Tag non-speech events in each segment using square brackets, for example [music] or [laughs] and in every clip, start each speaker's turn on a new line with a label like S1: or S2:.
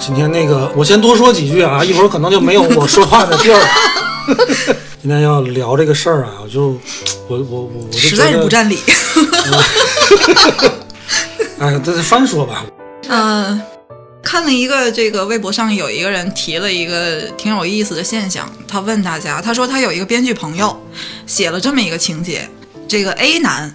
S1: 今天那个，我先多说几句
S2: [laughs]
S1: 啊，一会儿可能就没有我说话的地儿了。今天要聊这个事儿啊，我就我我我我就
S2: 实在
S1: 觉
S2: 是
S1: 得
S2: 不占理，
S1: 哎，这是翻说吧，
S2: 嗯，看了一个这个微博上有一个人提了一个挺有意思的现象，他问大家，他说他有一个编剧朋友写了这么一个情节，这个 A 男，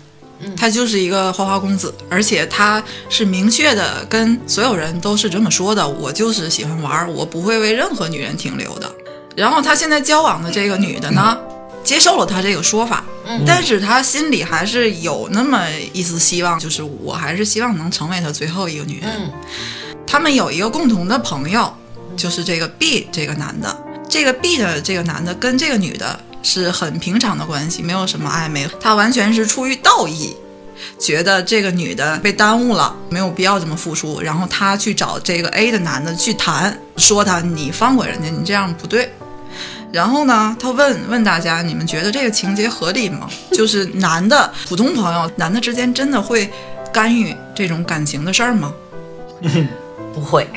S2: 他就是一个花花公子，而且他是明确的跟所有人都是这么说的，我就是喜欢玩儿，我不会为任何女人停留的。然后他现在交往的这个女的呢，接受了他这个说法，但是他心里还是有那么一丝希望，就是我还是希望能成为他最后一个女人。他们有一个共同的朋友，就是这个 B 这个男的，这个 B 的这个男的跟这个女的是很平常的关系，没有什么暧昧，他完全是出于道义。觉得这个女的被耽误了，没有必要这么付出，然后他去找这个 A 的男的去谈，说他你放过人家，你这样不对。然后呢，他问问大家，你们觉得这个情节合理吗？ [laughs] 就是男的普通朋友，男的之间真的会干预这种感情的事儿吗？
S3: 不会，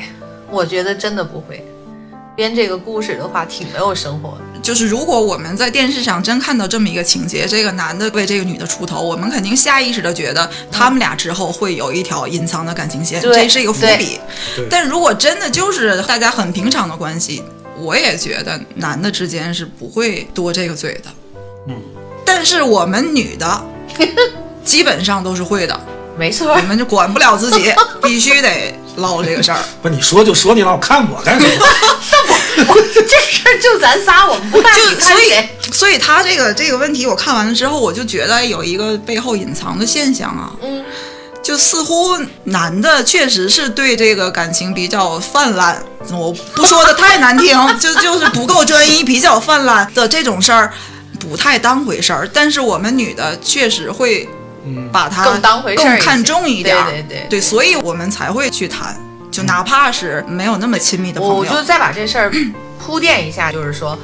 S3: 我觉得真的不会。编这个故事的话，挺没有生活的。
S2: 就是如果我们在电视上真看到这么一个情节，这个男的为这个女的出头，我们肯定下意识的觉得他们俩之后会有一条隐藏的感情线，
S3: 对
S2: 这是一个伏笔
S1: 对。
S2: 但如果真的就是大家很平常的关系，我也觉得男的之间是不会多这个嘴的。
S1: 嗯，
S2: 但是我们女的基本上都是会的，
S3: 没错
S2: 我，们就管不了自己，必须得唠这个事儿。
S1: 不是你说就说，你老看我干什
S2: [laughs]
S1: 么？
S3: [laughs] 这事儿就咱仨，我们不看你
S2: 就
S3: 看
S2: 所
S3: 谁。
S2: 以所以他这个这个问题，我看完了之后，我就觉得有一个背后隐藏的现象啊，
S3: 嗯，
S2: 就似乎男的确实是对这个感情比较泛滥，我不说的太难听，就就是不够专一，比较泛滥的这种事儿，不太当回事儿。但是我们女的确实会
S1: 嗯，
S2: 把它
S3: 更当回事儿一
S2: 更
S3: 些
S2: 看重一点儿，
S3: 对对对
S2: 对，所以我们才会去谈，就哪怕是没有那么亲密的朋友，
S3: 我就再把这事儿 [coughs] 铺垫一下，就是说，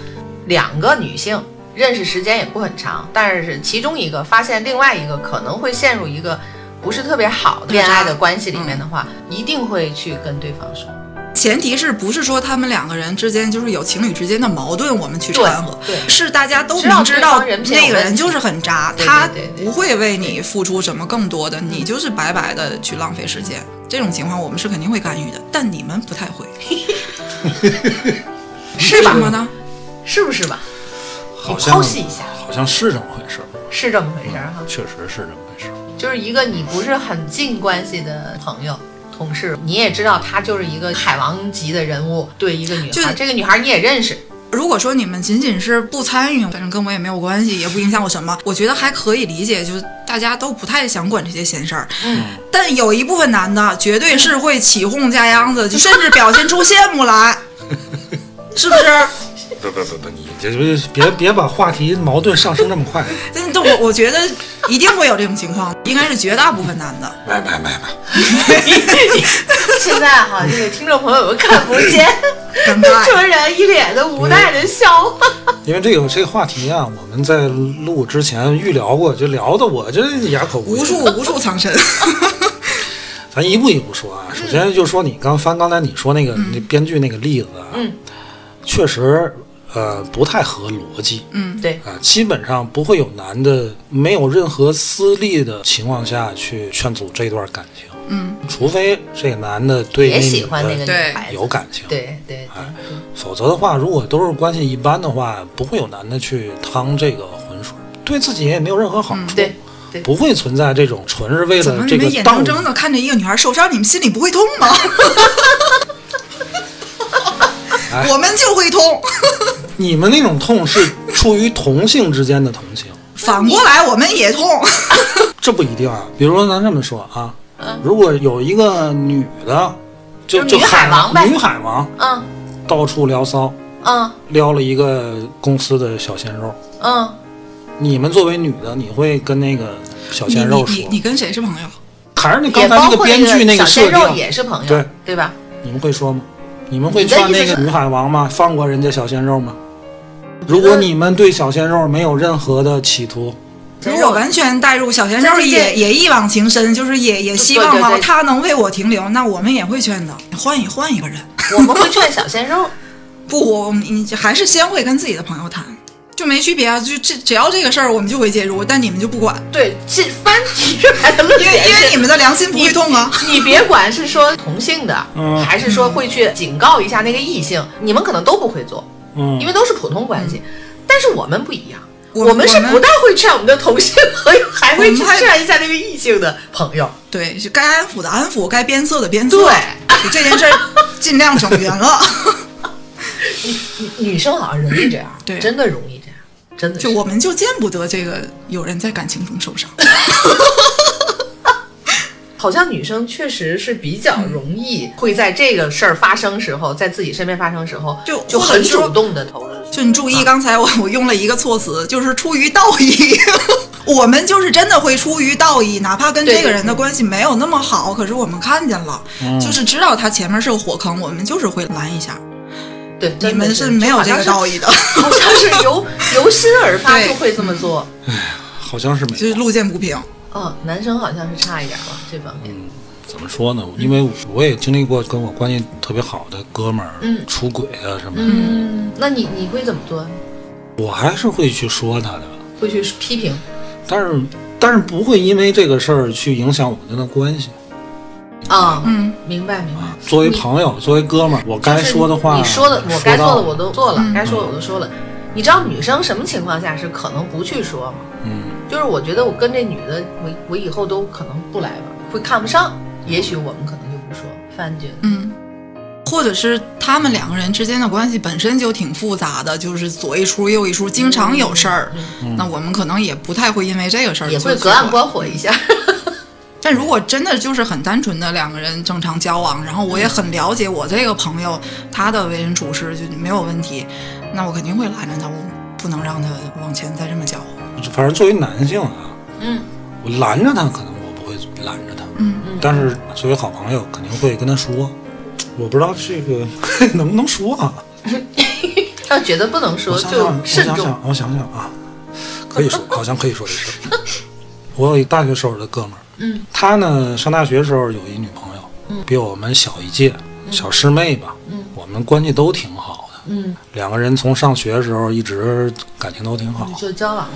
S3: 两个女性认识时间也不很长，但是其中一个发现另外一个可能会陷入一个不是特别好的恋爱的关系里面的话，
S2: 嗯
S3: 一定会去跟对方说。
S2: 前提是不是说他们两个人之间就是有情侣之间的矛盾，我们去掺和？
S3: 对对
S2: 是大家都明
S3: 知道对
S2: 道
S3: 方人品有
S2: 那个人
S3: 问题
S2: 就是很渣，
S3: 对对
S2: 他
S3: 对对
S2: 不会为你付出什么更多的，你就是白白的去浪费时间。这种情况我们是肯定会干预的，但你们不太会，嗯是吧？呢？
S3: 是不是吧？
S1: 好
S3: 你
S1: 像
S3: 剖析一下
S1: 好像是这么回事儿，
S3: 是这么回事儿哈。
S1: 确实是这么回事儿。
S3: 就是一个你不是很近关系的朋友、同事，你也知道他就是一个海王级的人物，对一个女
S2: 就是
S3: 孩，这个女孩你也认识，
S2: 如果说你们仅仅是不参与，反正跟我也没有关系，也不影响我什么，我觉得还可以理解，就是大家都不太想管这些闲事儿。
S3: 嗯，
S2: 但有一部分男的绝对是会起哄架秧子，就甚至表现出羡慕
S1: [laughs]
S2: 来，是不是？
S1: 不不不不，你这这别别把话题矛盾上升这么快。
S2: 但但我我觉得一定会有这种情况，应该是绝大部分男的。
S1: 买买买买，
S3: 现在哈，这个听众朋友们看不见，
S2: 尴
S3: [laughs]
S1: [laughs]
S2: 尬
S3: 卓然一脸的无奈的笑。
S1: 因为这个这个话题啊，我们在录之前预聊过，就聊的我这哑口无言
S2: 无数无数
S1: [laughs]
S2: 藏身，
S1: 咱一步一步说啊。首先就说你刚翻刚才你说那个、那编剧那个例子啊，
S3: 嗯
S1: 确实呃不太合逻辑。
S2: 嗯，
S3: 对，
S1: 啊，基本上不会有男的没有任何私利的情况下去劝阻这段感情，
S2: 嗯，
S1: 除非这个男的对那
S3: 也
S1: 女
S3: 喜欢那
S1: 的
S3: 个
S2: 对
S3: 女孩子，
S1: 有感情，
S3: 对对
S1: 哎
S3: 对，
S1: 否则的话，如果都是关系一般的话，不会有男的去趟这个浑水，对自己也没有任何好处，
S3: 对对
S1: 不会存在这种纯是为
S2: 怎么
S1: 了
S2: 你
S1: 呃这个
S2: 们眼
S1: 当
S2: 睁睁的看着一个女孩受伤，你们心里不会痛吗？
S1: 哎
S2: [laughs] 我们就会痛，
S1: 你们那种痛是出于同性之间的同情，
S2: 反过来我们也痛。
S1: 这不一定啊。比如说咱这么说啊，如果有一个女的就
S3: 就
S1: 就
S3: 女海王呗
S1: 女海王
S3: 嗯
S1: 到处聊骚，
S3: 嗯
S1: 撩了一个公司的小鲜肉。
S3: 嗯，
S1: 你们作为女的，你会跟那个小
S2: 你
S1: 鲜肉
S2: 你
S1: 说
S2: 你，你跟谁是朋友？
S1: 还是那刚
S3: 也
S1: 才
S3: 包
S1: 那
S3: 括
S1: 编剧那
S3: 小
S1: 个设
S3: 鲜肉
S1: 定，
S3: 也是朋友，
S1: 对
S3: 对吧？
S1: 你们会说吗？你们会
S3: 你的
S1: 劝
S3: 意思
S1: 那个
S3: 是
S1: 女海王吗？放过人家小鲜肉吗？
S3: 觉得
S1: 如果你们对小鲜肉没有任何的企图，
S2: 如果完全带入小鲜肉
S3: 这这
S2: 也
S3: 这
S2: 也一往情深，就是也也希
S3: 对
S2: 望
S3: 对
S2: 啊
S3: 对
S2: 他能为我停留，那我们也会劝的，换一换一个人。
S3: 我们会劝小鲜肉，
S2: 不，我我你还是先会跟自己的朋友谈，就没区别啊。就这只要这个事儿，我们就会介入，但你们就不管，
S3: 对，这翻几页来的论
S2: 因为
S3: 点
S2: 因为
S3: 嗯是
S2: 你们的良心不会痛啊。
S3: 你别管是说同性的，
S1: 嗯
S3: 还是说会去警告一下那个异性，你们可能都不会做，
S1: 嗯
S3: 因，为都是普通关系。但是我们不一样，
S2: 嗯我
S3: 我们是
S2: 我们
S3: 不但会劝我们的同性，和还会去
S2: 我们还
S3: 劝一下那个异性的朋友。
S2: 对，就该安抚的安抚，该鞭策的鞭策。
S3: 对，
S2: 这件事儿尽量整圆了。 [laughs]
S3: 女女生好像容易这样，
S2: 对
S3: 真的容易这样，真的是
S2: 就我们就见不得这个有人在感情中受伤。
S3: 好像女生确实是比较容易会在这个事儿发生时候，在自己身边发生时候，
S2: 就
S3: 就
S2: 或者
S3: 很
S2: 说
S3: 主动的投入。
S2: 就你注意，
S3: 啊
S2: 刚才我我用了一个措辞，就是出于道义。 [laughs] 我们就是真的会出于道义，哪怕跟
S3: 对
S2: 这个人的关系没有那么好，可是我们看见了，
S1: 嗯
S2: 就是知道他前面是个火坑，我们就是会拦一下。
S3: 对，
S2: 你
S3: 真的
S2: 们
S3: 是
S2: 没有这个道
S3: 理，
S2: 义的， [laughs]
S3: 好像是由由心而发
S2: 对
S3: 就会这么做。
S1: 好像是没有
S2: 就是路见不平。
S3: 嗯，男生好像是差一点吧，这方面。
S1: 怎么说呢？因为我也经历过跟我关系特别好的哥们儿、
S3: 嗯
S1: 出轨啊什么的，
S3: 嗯，那你你会怎么做？
S1: 我还是会去说他的，
S3: 会去批评？
S1: 但是但是不会因为这个事儿去影响我跟他关系。
S3: 啊、
S2: 嗯，
S3: 明白明白。
S1: 作为朋友，作为哥们儿，我该说的话，
S3: 你说的，我该做
S1: 到
S3: 的我都做了，
S2: 嗯
S3: 该说的我都说了。你知道女生什么情况下是可能不去说吗？
S1: 嗯，
S3: 就是我觉得我跟这女的，我我以后都可能不来往，会看不上，也许我们可能就不说。范觉得，
S2: 嗯，或者是他们两个人之间的关系本身就挺复杂的，就是左一出右一出，经常有事儿。那我们可能也不太会因为这个事儿
S3: 嗯也
S2: 就
S3: 会
S2: 去
S3: 隔岸
S2: 管
S3: 观火一下。
S2: 但如果真的就是很单纯的两个人正常交往，然后我也很了解我这个朋友他的为人处事就没有问题，那我肯定会拦着他，我不能让他往前再这么搅和。
S1: 反正作为男性啊，
S3: 嗯， [laughs]
S1: 我拦着他，可能我不会拦着他，
S2: 嗯，
S1: 但是作为好朋友，肯定会跟他说。我不知道这个 [laughs] 能不能说啊？
S3: 要觉得不能
S1: 我
S3: 说
S1: 想想，
S3: 就
S1: 我
S3: 慎
S1: 想
S3: 重。
S1: 想，我想想啊，可以说，好像可以说这事儿。
S3: [laughs]
S1: 我有一大学时候的哥们儿，
S3: 嗯，
S1: 他呢上大学时候有一女朋友，
S3: 嗯
S1: 比我们小一届，小师妹吧，
S3: 嗯
S1: 我们关系都挺好的，
S3: 嗯，
S1: 两个人从上学的时候一直感情都挺好
S3: 你。就交往了。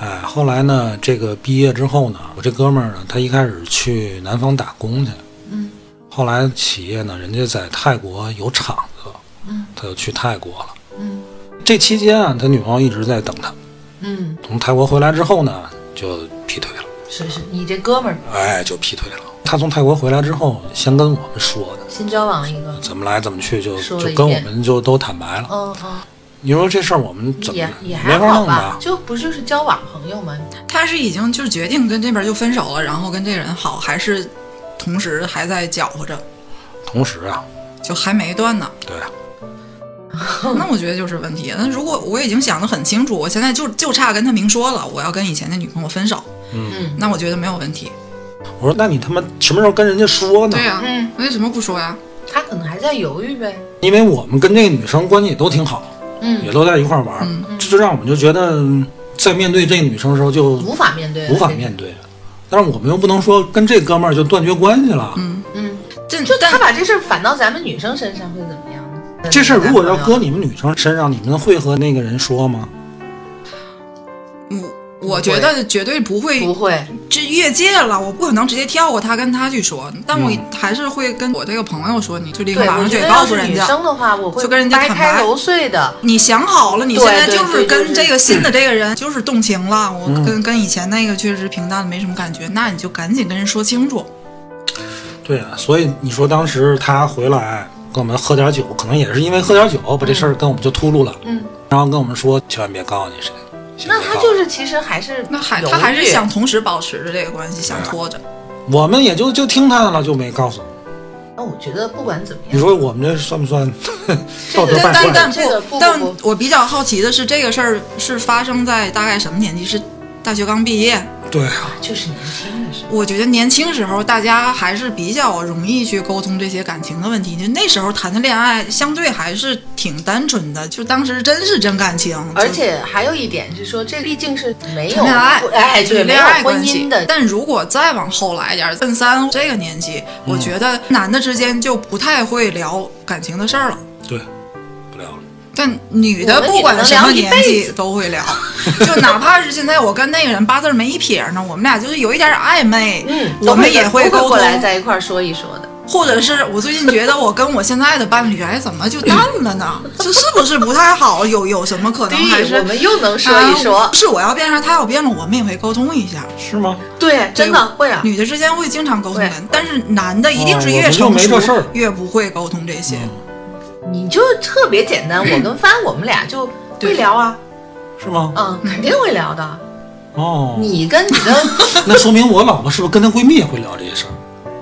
S1: 哎，后来呢，这个毕业之后呢，我这哥们儿呢，他一开始去南方打工去，
S3: 嗯，
S1: 后来企业呢，人家在泰国有厂子，
S3: 嗯，
S1: 他就去泰国了。
S3: 嗯
S1: 这期间啊，他女朋友一直在等他。
S3: 嗯，
S1: 从泰国回来之后呢，就劈腿了，
S3: 是是，你这哥们儿
S1: 哎，就劈腿了。他从泰国回来之后，先跟我们说的，
S3: 新交往了一个。
S1: 怎么来怎么去就，
S3: 说
S1: 就
S3: 了一
S1: 跟我
S3: 遍
S1: 们就都坦白了。
S3: 嗯嗯，
S1: 你说这事儿我们怎
S3: 也
S1: 么
S3: 也
S1: 没
S3: 还
S1: 法
S3: 好
S1: 弄
S3: 吧
S1: 吧，？
S3: 就不就是交往朋友吗？
S2: 他是已经就是决定跟这边就分手了，然后跟这个人好，还是同时还在搅和着，
S1: 同时啊，
S2: 就还没断呢？
S1: 对啊，
S2: 那我觉得就是问题。那如果我已经想得很清楚，我现在就就差跟他明说了，我要跟以前的女朋友分手，
S3: 嗯
S2: 那我觉得没有问题。
S1: 我说那你他妈什么时候跟人家说呢？
S2: 对呀、
S3: 嗯，
S2: 为什么不说呀？
S3: 他可能还在犹豫呗。
S1: 因为我们跟这个女生关系也都挺好，
S3: 嗯
S1: 也，都在一块儿玩儿，
S2: 嗯
S1: 这就让我们就觉得在面对这个女生的时候就
S3: 无法面对，
S1: 无法面。对。但是我们又不能说跟这哥们儿就断绝关系了。
S2: 嗯，
S3: 嗯，
S2: 这
S3: 就
S2: 但
S3: 他把这事儿反到咱们女生身上会怎么样呢？
S1: 这事儿如果要
S3: 男朋友
S1: 搁你们女生身上，你们会和那个人说吗？
S2: 我我觉得绝对不会
S3: 不会，
S2: 这越界了，我不可能直接跳过他跟他去说，但我还是会跟我这个朋友说，你就立刻
S3: 对，
S2: 把
S3: 我
S2: 上
S3: 觉
S2: 去
S3: 得
S2: 告
S3: 要
S2: 诉
S3: 是
S2: 人
S3: 女
S2: 家。
S3: 生的话，我会
S2: 就跟人家
S3: 掰
S2: 坦
S3: 开
S2: 白
S3: 揉碎的。
S2: 你想好了，你
S3: 对
S2: 现在
S3: 对
S2: 就是
S3: 对就是
S2: 跟这个新的这个
S3: [laughs]
S2: 人就是动情了，我
S1: 嗯
S2: 跟跟以前那个确实平淡了，没什么感觉，那你就赶紧跟人说清楚。
S1: 对啊，所以你说当时他回来跟我们喝点酒，可能也是因为喝点酒把这事儿跟我们就秃噜了，
S3: 嗯，
S1: 然后跟我们说千万别告诉你谁。先
S3: 那
S1: 别
S3: 他
S1: 告
S3: 就是其实还是
S2: 那还
S3: 犹
S2: 他还是
S3: 豫
S2: 想同时保持着这个关系，想拖着。
S1: 我们也就就听他的了，就没告诉。
S3: 那我觉得不管怎么
S1: 你
S3: 样，
S1: 说我们这算不算道德败
S3: 这个
S2: 但
S1: 坏？
S2: 但
S3: 这个不
S2: 不，但
S3: 不不
S2: 我比较好奇的是，这个事儿是发生在大概什么年纪？是大学刚毕业？
S1: 对啊，
S3: 就是年轻的时候，
S2: 我觉得年轻时候大家还是比较容易去沟通这些感情的问题，就那时候谈的恋爱相对还是挺单纯的，就当时真是真感情，
S3: 而
S2: 就
S3: 且还有一点是说，这毕竟是没有
S2: 谈恋爱，
S3: 哎，对，没
S2: 恋
S3: 有
S2: 爱
S3: 婚
S2: 关系嗯
S3: 姻的，
S2: 但如果再往后来点儿，奔三这个年纪，
S3: 嗯
S2: 我觉得男的之间就不太会聊感情的事儿了。
S1: 对，不聊了。
S2: 但女的
S3: 我们
S2: 不管
S3: 也能
S2: 什么
S3: 聊一
S2: 年
S3: 辈
S2: 纪都会聊，就哪怕是现在我跟那个人八字儿没一撇呢，我们俩就是有一点儿暧昧，
S3: 嗯，
S2: 我们也
S3: 会
S2: 会沟
S3: 过
S2: 通，
S3: 来在一块儿说一说的。
S2: 或者是我最近觉得我跟我现在的伴侣，哎，怎么就淡了
S3: [laughs]
S2: 呢？这是不是不太好？有有什么可能还
S3: 对，我
S2: 是？
S3: 们又能说一
S2: 啊
S3: 说，
S2: 是我要变了，他要变了，我们也会沟通一下。
S1: 是吗？
S3: 对，真的会啊。
S2: 女的之间会经常沟通
S3: 对
S2: 的，但是男的一定是
S1: 哦
S2: 越
S1: 我
S2: 成
S1: 们就没这
S2: 熟、
S1: 事儿
S2: 越不会沟通这些。
S3: 嗯
S1: 嗯
S3: 你就特别简单，我
S2: [clears throat]
S3: 跟帆我们俩就会聊啊，
S1: 是吗？
S3: 嗯，肯定会聊的。
S1: 哦，
S3: 你跟你的， [laughs]
S1: 那说明我老婆是不是跟她闺蜜也会聊这些事儿？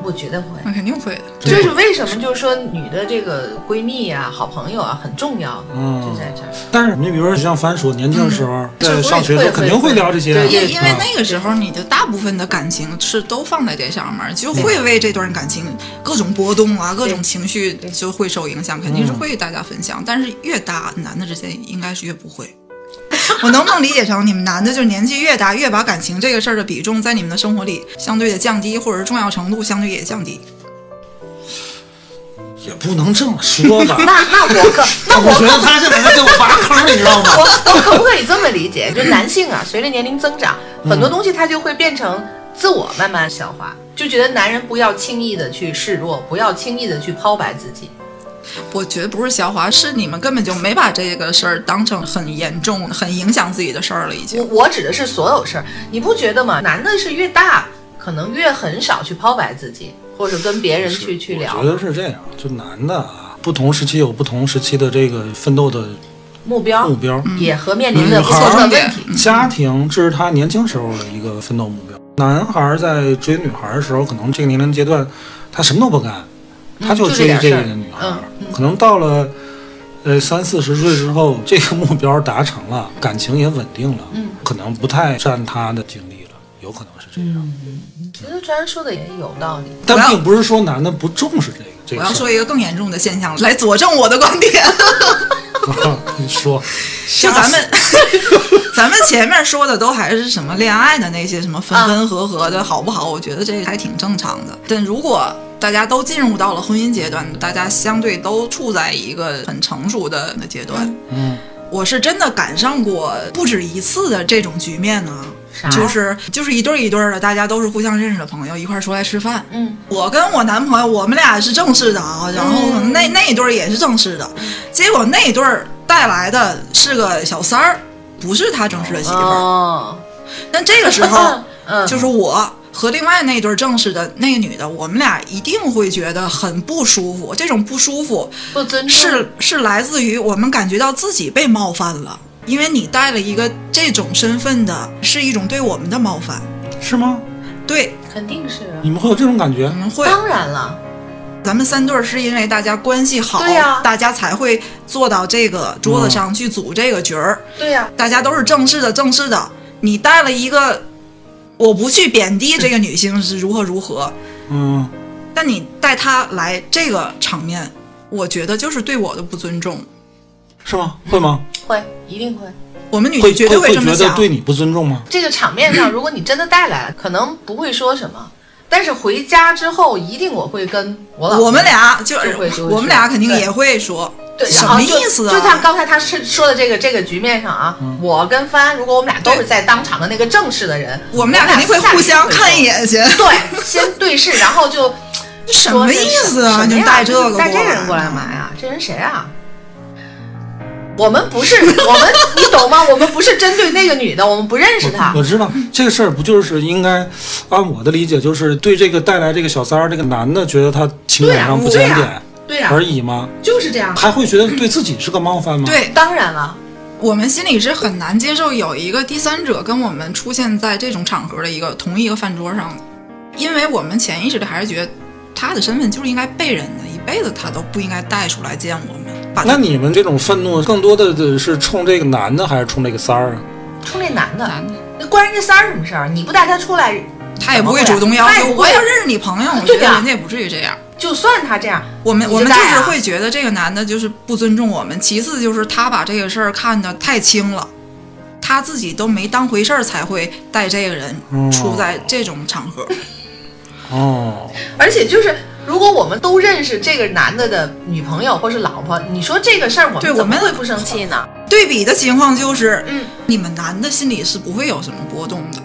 S3: 我觉得会。
S2: 那肯定会的。
S3: 这是为什么？就是说，女的这个闺蜜啊、好朋友啊，很重要，
S1: 嗯
S3: 就在这儿。
S1: 但是你比如说像凡说，年轻的时候在
S3: 会
S1: 上学的时候
S3: 会
S1: 肯定会聊这些啊，
S3: 对嗯
S2: 因
S3: 也
S2: 因为
S1: 啊
S2: 那个时候你的大部分的感情是都放在这上面，就会为这段感情各种波动啊，各种情绪就会受影响，肯定
S3: 嗯
S2: 是会大家分享。但是越大，男的之间应该是越不会。 [laughs] 我能不能理解成你们男的就是年纪越大，越把感情这个事儿的比重在你们的生活里相对的降低，或者是重要程度相对也降低？
S1: 也不能这么说吧。
S3: 那那我
S1: [laughs]
S3: 可，那
S1: 我
S3: 我
S1: 觉得他这玩意儿给我挖坑，你知道吗？
S3: 我我可不可以这么理解？就男性啊，随着年龄增长，
S1: 嗯
S3: 很多东西它就会变成自我慢慢消化，就觉得男人不要轻易的去示弱，不要轻易的去抛白自己。
S2: 我觉得不是消化，是你们根本就没把这个事儿当成很严重、很影响自己的事儿了，已
S3: 我
S2: 经。
S3: 我指的是所有事儿，你不觉得吗？男的是越大，可能越很少去抛白自己，或者跟 [laughs] 别人去去
S1: 我
S3: 聊
S1: 觉得是这样，就男的啊，不同时期有不同时期的这个奋斗的
S3: 目标，
S1: 目标，
S3: 也和面临的
S1: 女
S3: 不
S1: 孩
S3: 同
S2: 嗯
S3: 的
S2: 儿嗯
S3: 问题。
S1: 家庭这是他年轻时候的一个奋斗目标。男孩儿在追女孩儿的时候，可能这个年龄阶段，他什么都不干，他
S3: 就
S1: 追
S3: 这点
S1: 这个
S3: 事儿
S1: 女孩儿。
S3: 嗯嗯
S1: 可能到了呃三四十岁之后， [laughs] 这个目标达成了，感情也稳定了，
S3: 嗯
S1: 可能不太占他的精力了，有可能是这样。
S2: 嗯
S3: 觉得专说的也有道理。
S1: 但并不是说男的不重视这个这
S2: 我
S1: 个
S2: 要
S1: 事
S2: 说一个更严重的现象来佐证我的观点。
S1: 儿。 [laughs] 你说，
S2: [laughs] 就咱们， [laughs] 咱们前面说的都还是什么恋爱的那些什么分分合合的好不好？我觉得这个还挺正常的。但如果大家都进入到了婚姻阶段，大家相对都处在一个很成熟的阶段，
S1: 嗯，
S2: 我是真的赶上过不止一次的这种局面呢。
S3: 啥
S2: 就是就是一对儿一对儿的，大家都是互相认识的朋友，一块儿出来吃饭。
S3: 嗯，
S2: 我跟我男朋友，我们俩是正式的啊，然后可能那那一对儿也是正式的，结果那一对儿带来的是个小三儿，不是他正式的媳妇儿。
S3: 哦，，
S2: 但这个时候
S3: [laughs] 嗯
S2: 就是我和另外那一对儿正式的那个女的，我们俩一定会觉得很不舒服。这种不舒服
S3: 不尊重
S2: 是是来自于我们感觉到自己被冒犯了，因为你带了一个这种身份的，是一种对我们的冒犯。
S1: 是吗？
S2: 对，
S3: 肯定是啊，
S1: 你们会有这种感觉
S2: 我？们嗯会
S3: 当然了，
S2: 咱们三对儿是因为大家关系好，
S3: 对呀
S2: 大家才会坐到这个桌子上去组这个局儿。
S3: 对呀、
S2: 大家都是正式的，正式的。你带了一个，我不去贬低这个女性是如何如何，
S1: 嗯，
S2: 但你带她来这个场面，我觉得就是对我的不尊重。
S1: 是吗？会吗？
S3: 会一定会。
S2: 我们女
S1: 会
S2: 的嗯绝对
S1: 会
S2: 这么
S1: 觉得
S2: 想。
S1: 对你不尊重吗？
S3: 这个场
S2: [clears throat]
S3: 面上，如果你真的带来了，可能不会说什么，但是回家之后，一定我会跟我老公
S2: 我们俩就
S3: 就会就会
S2: 我们俩肯定
S3: 对
S2: 也会说，
S3: 对，
S2: 什
S3: 然后
S2: 么
S3: 就
S2: 意思啊？嗯
S3: 就像刚才他是说的这个这个局面上啊，我跟帆，如果我们俩都是在当场的那个正式的人，
S2: 我们俩肯定会
S3: 私下里
S2: 互相
S3: 会
S2: 看一
S3: 说，
S2: 眼去。
S3: 对，先对视，然后就
S2: 什么意思啊？
S3: 说这
S2: 你
S3: 是
S2: 带这
S3: 什
S2: 个
S3: 么呀带这个人过来干嘛呀？这人谁啊？我们不是我们，你懂吗？我们不是针对那个女的，我们不认识她
S1: 我。我知道这个事儿不就是应该，按我的理解就是对这个带来这个小三儿这个男的觉得他情感上不检
S3: 对啊
S1: 点
S3: 呀对呀、
S1: 而已吗？
S3: 就是这样。
S1: 还会觉得对自己是个冒犯吗？，
S2: 对，
S3: 当然了，
S2: 我们心里是很难接受有一个第三者跟我们出现在这种场合的一个同一个饭桌上的，因为我们潜意识里还是觉得他的身份就是应该被人的，一辈子他都不应该带出来见我们。把他
S1: 那你们这种愤怒更多的是冲这个男的还是冲这个三儿啊？
S3: 冲这男的，
S2: 男的，
S3: 那关人家三儿什么事儿？你不带他出来，
S2: 他也不会主动要
S3: 他也
S2: 求，
S3: 不
S2: 我
S3: 会
S2: 要认识你朋友，我觉
S3: 对
S2: 得
S3: 呀
S2: 人家也不至于这样。
S3: 就算他这样，
S2: 我们
S3: 你
S2: 我
S3: 就
S2: 们就
S3: 带
S2: 是
S3: 啊
S2: 会觉得这个男的就是不尊重我们，其次就是他把这个事儿看得太轻了，他自己都没当回事儿，才会带这个人
S1: 哦
S2: 出在这种场合。
S1: 哦，
S3: 而且就是。如果我们都认识这个男的的女朋友或是老婆，你说这个事儿我
S2: 对
S3: 们怎么
S2: 我们
S3: 会不生气呢？
S2: 对比的情况就是，
S3: 嗯，
S2: 你们男的心里是不会有什么波动的，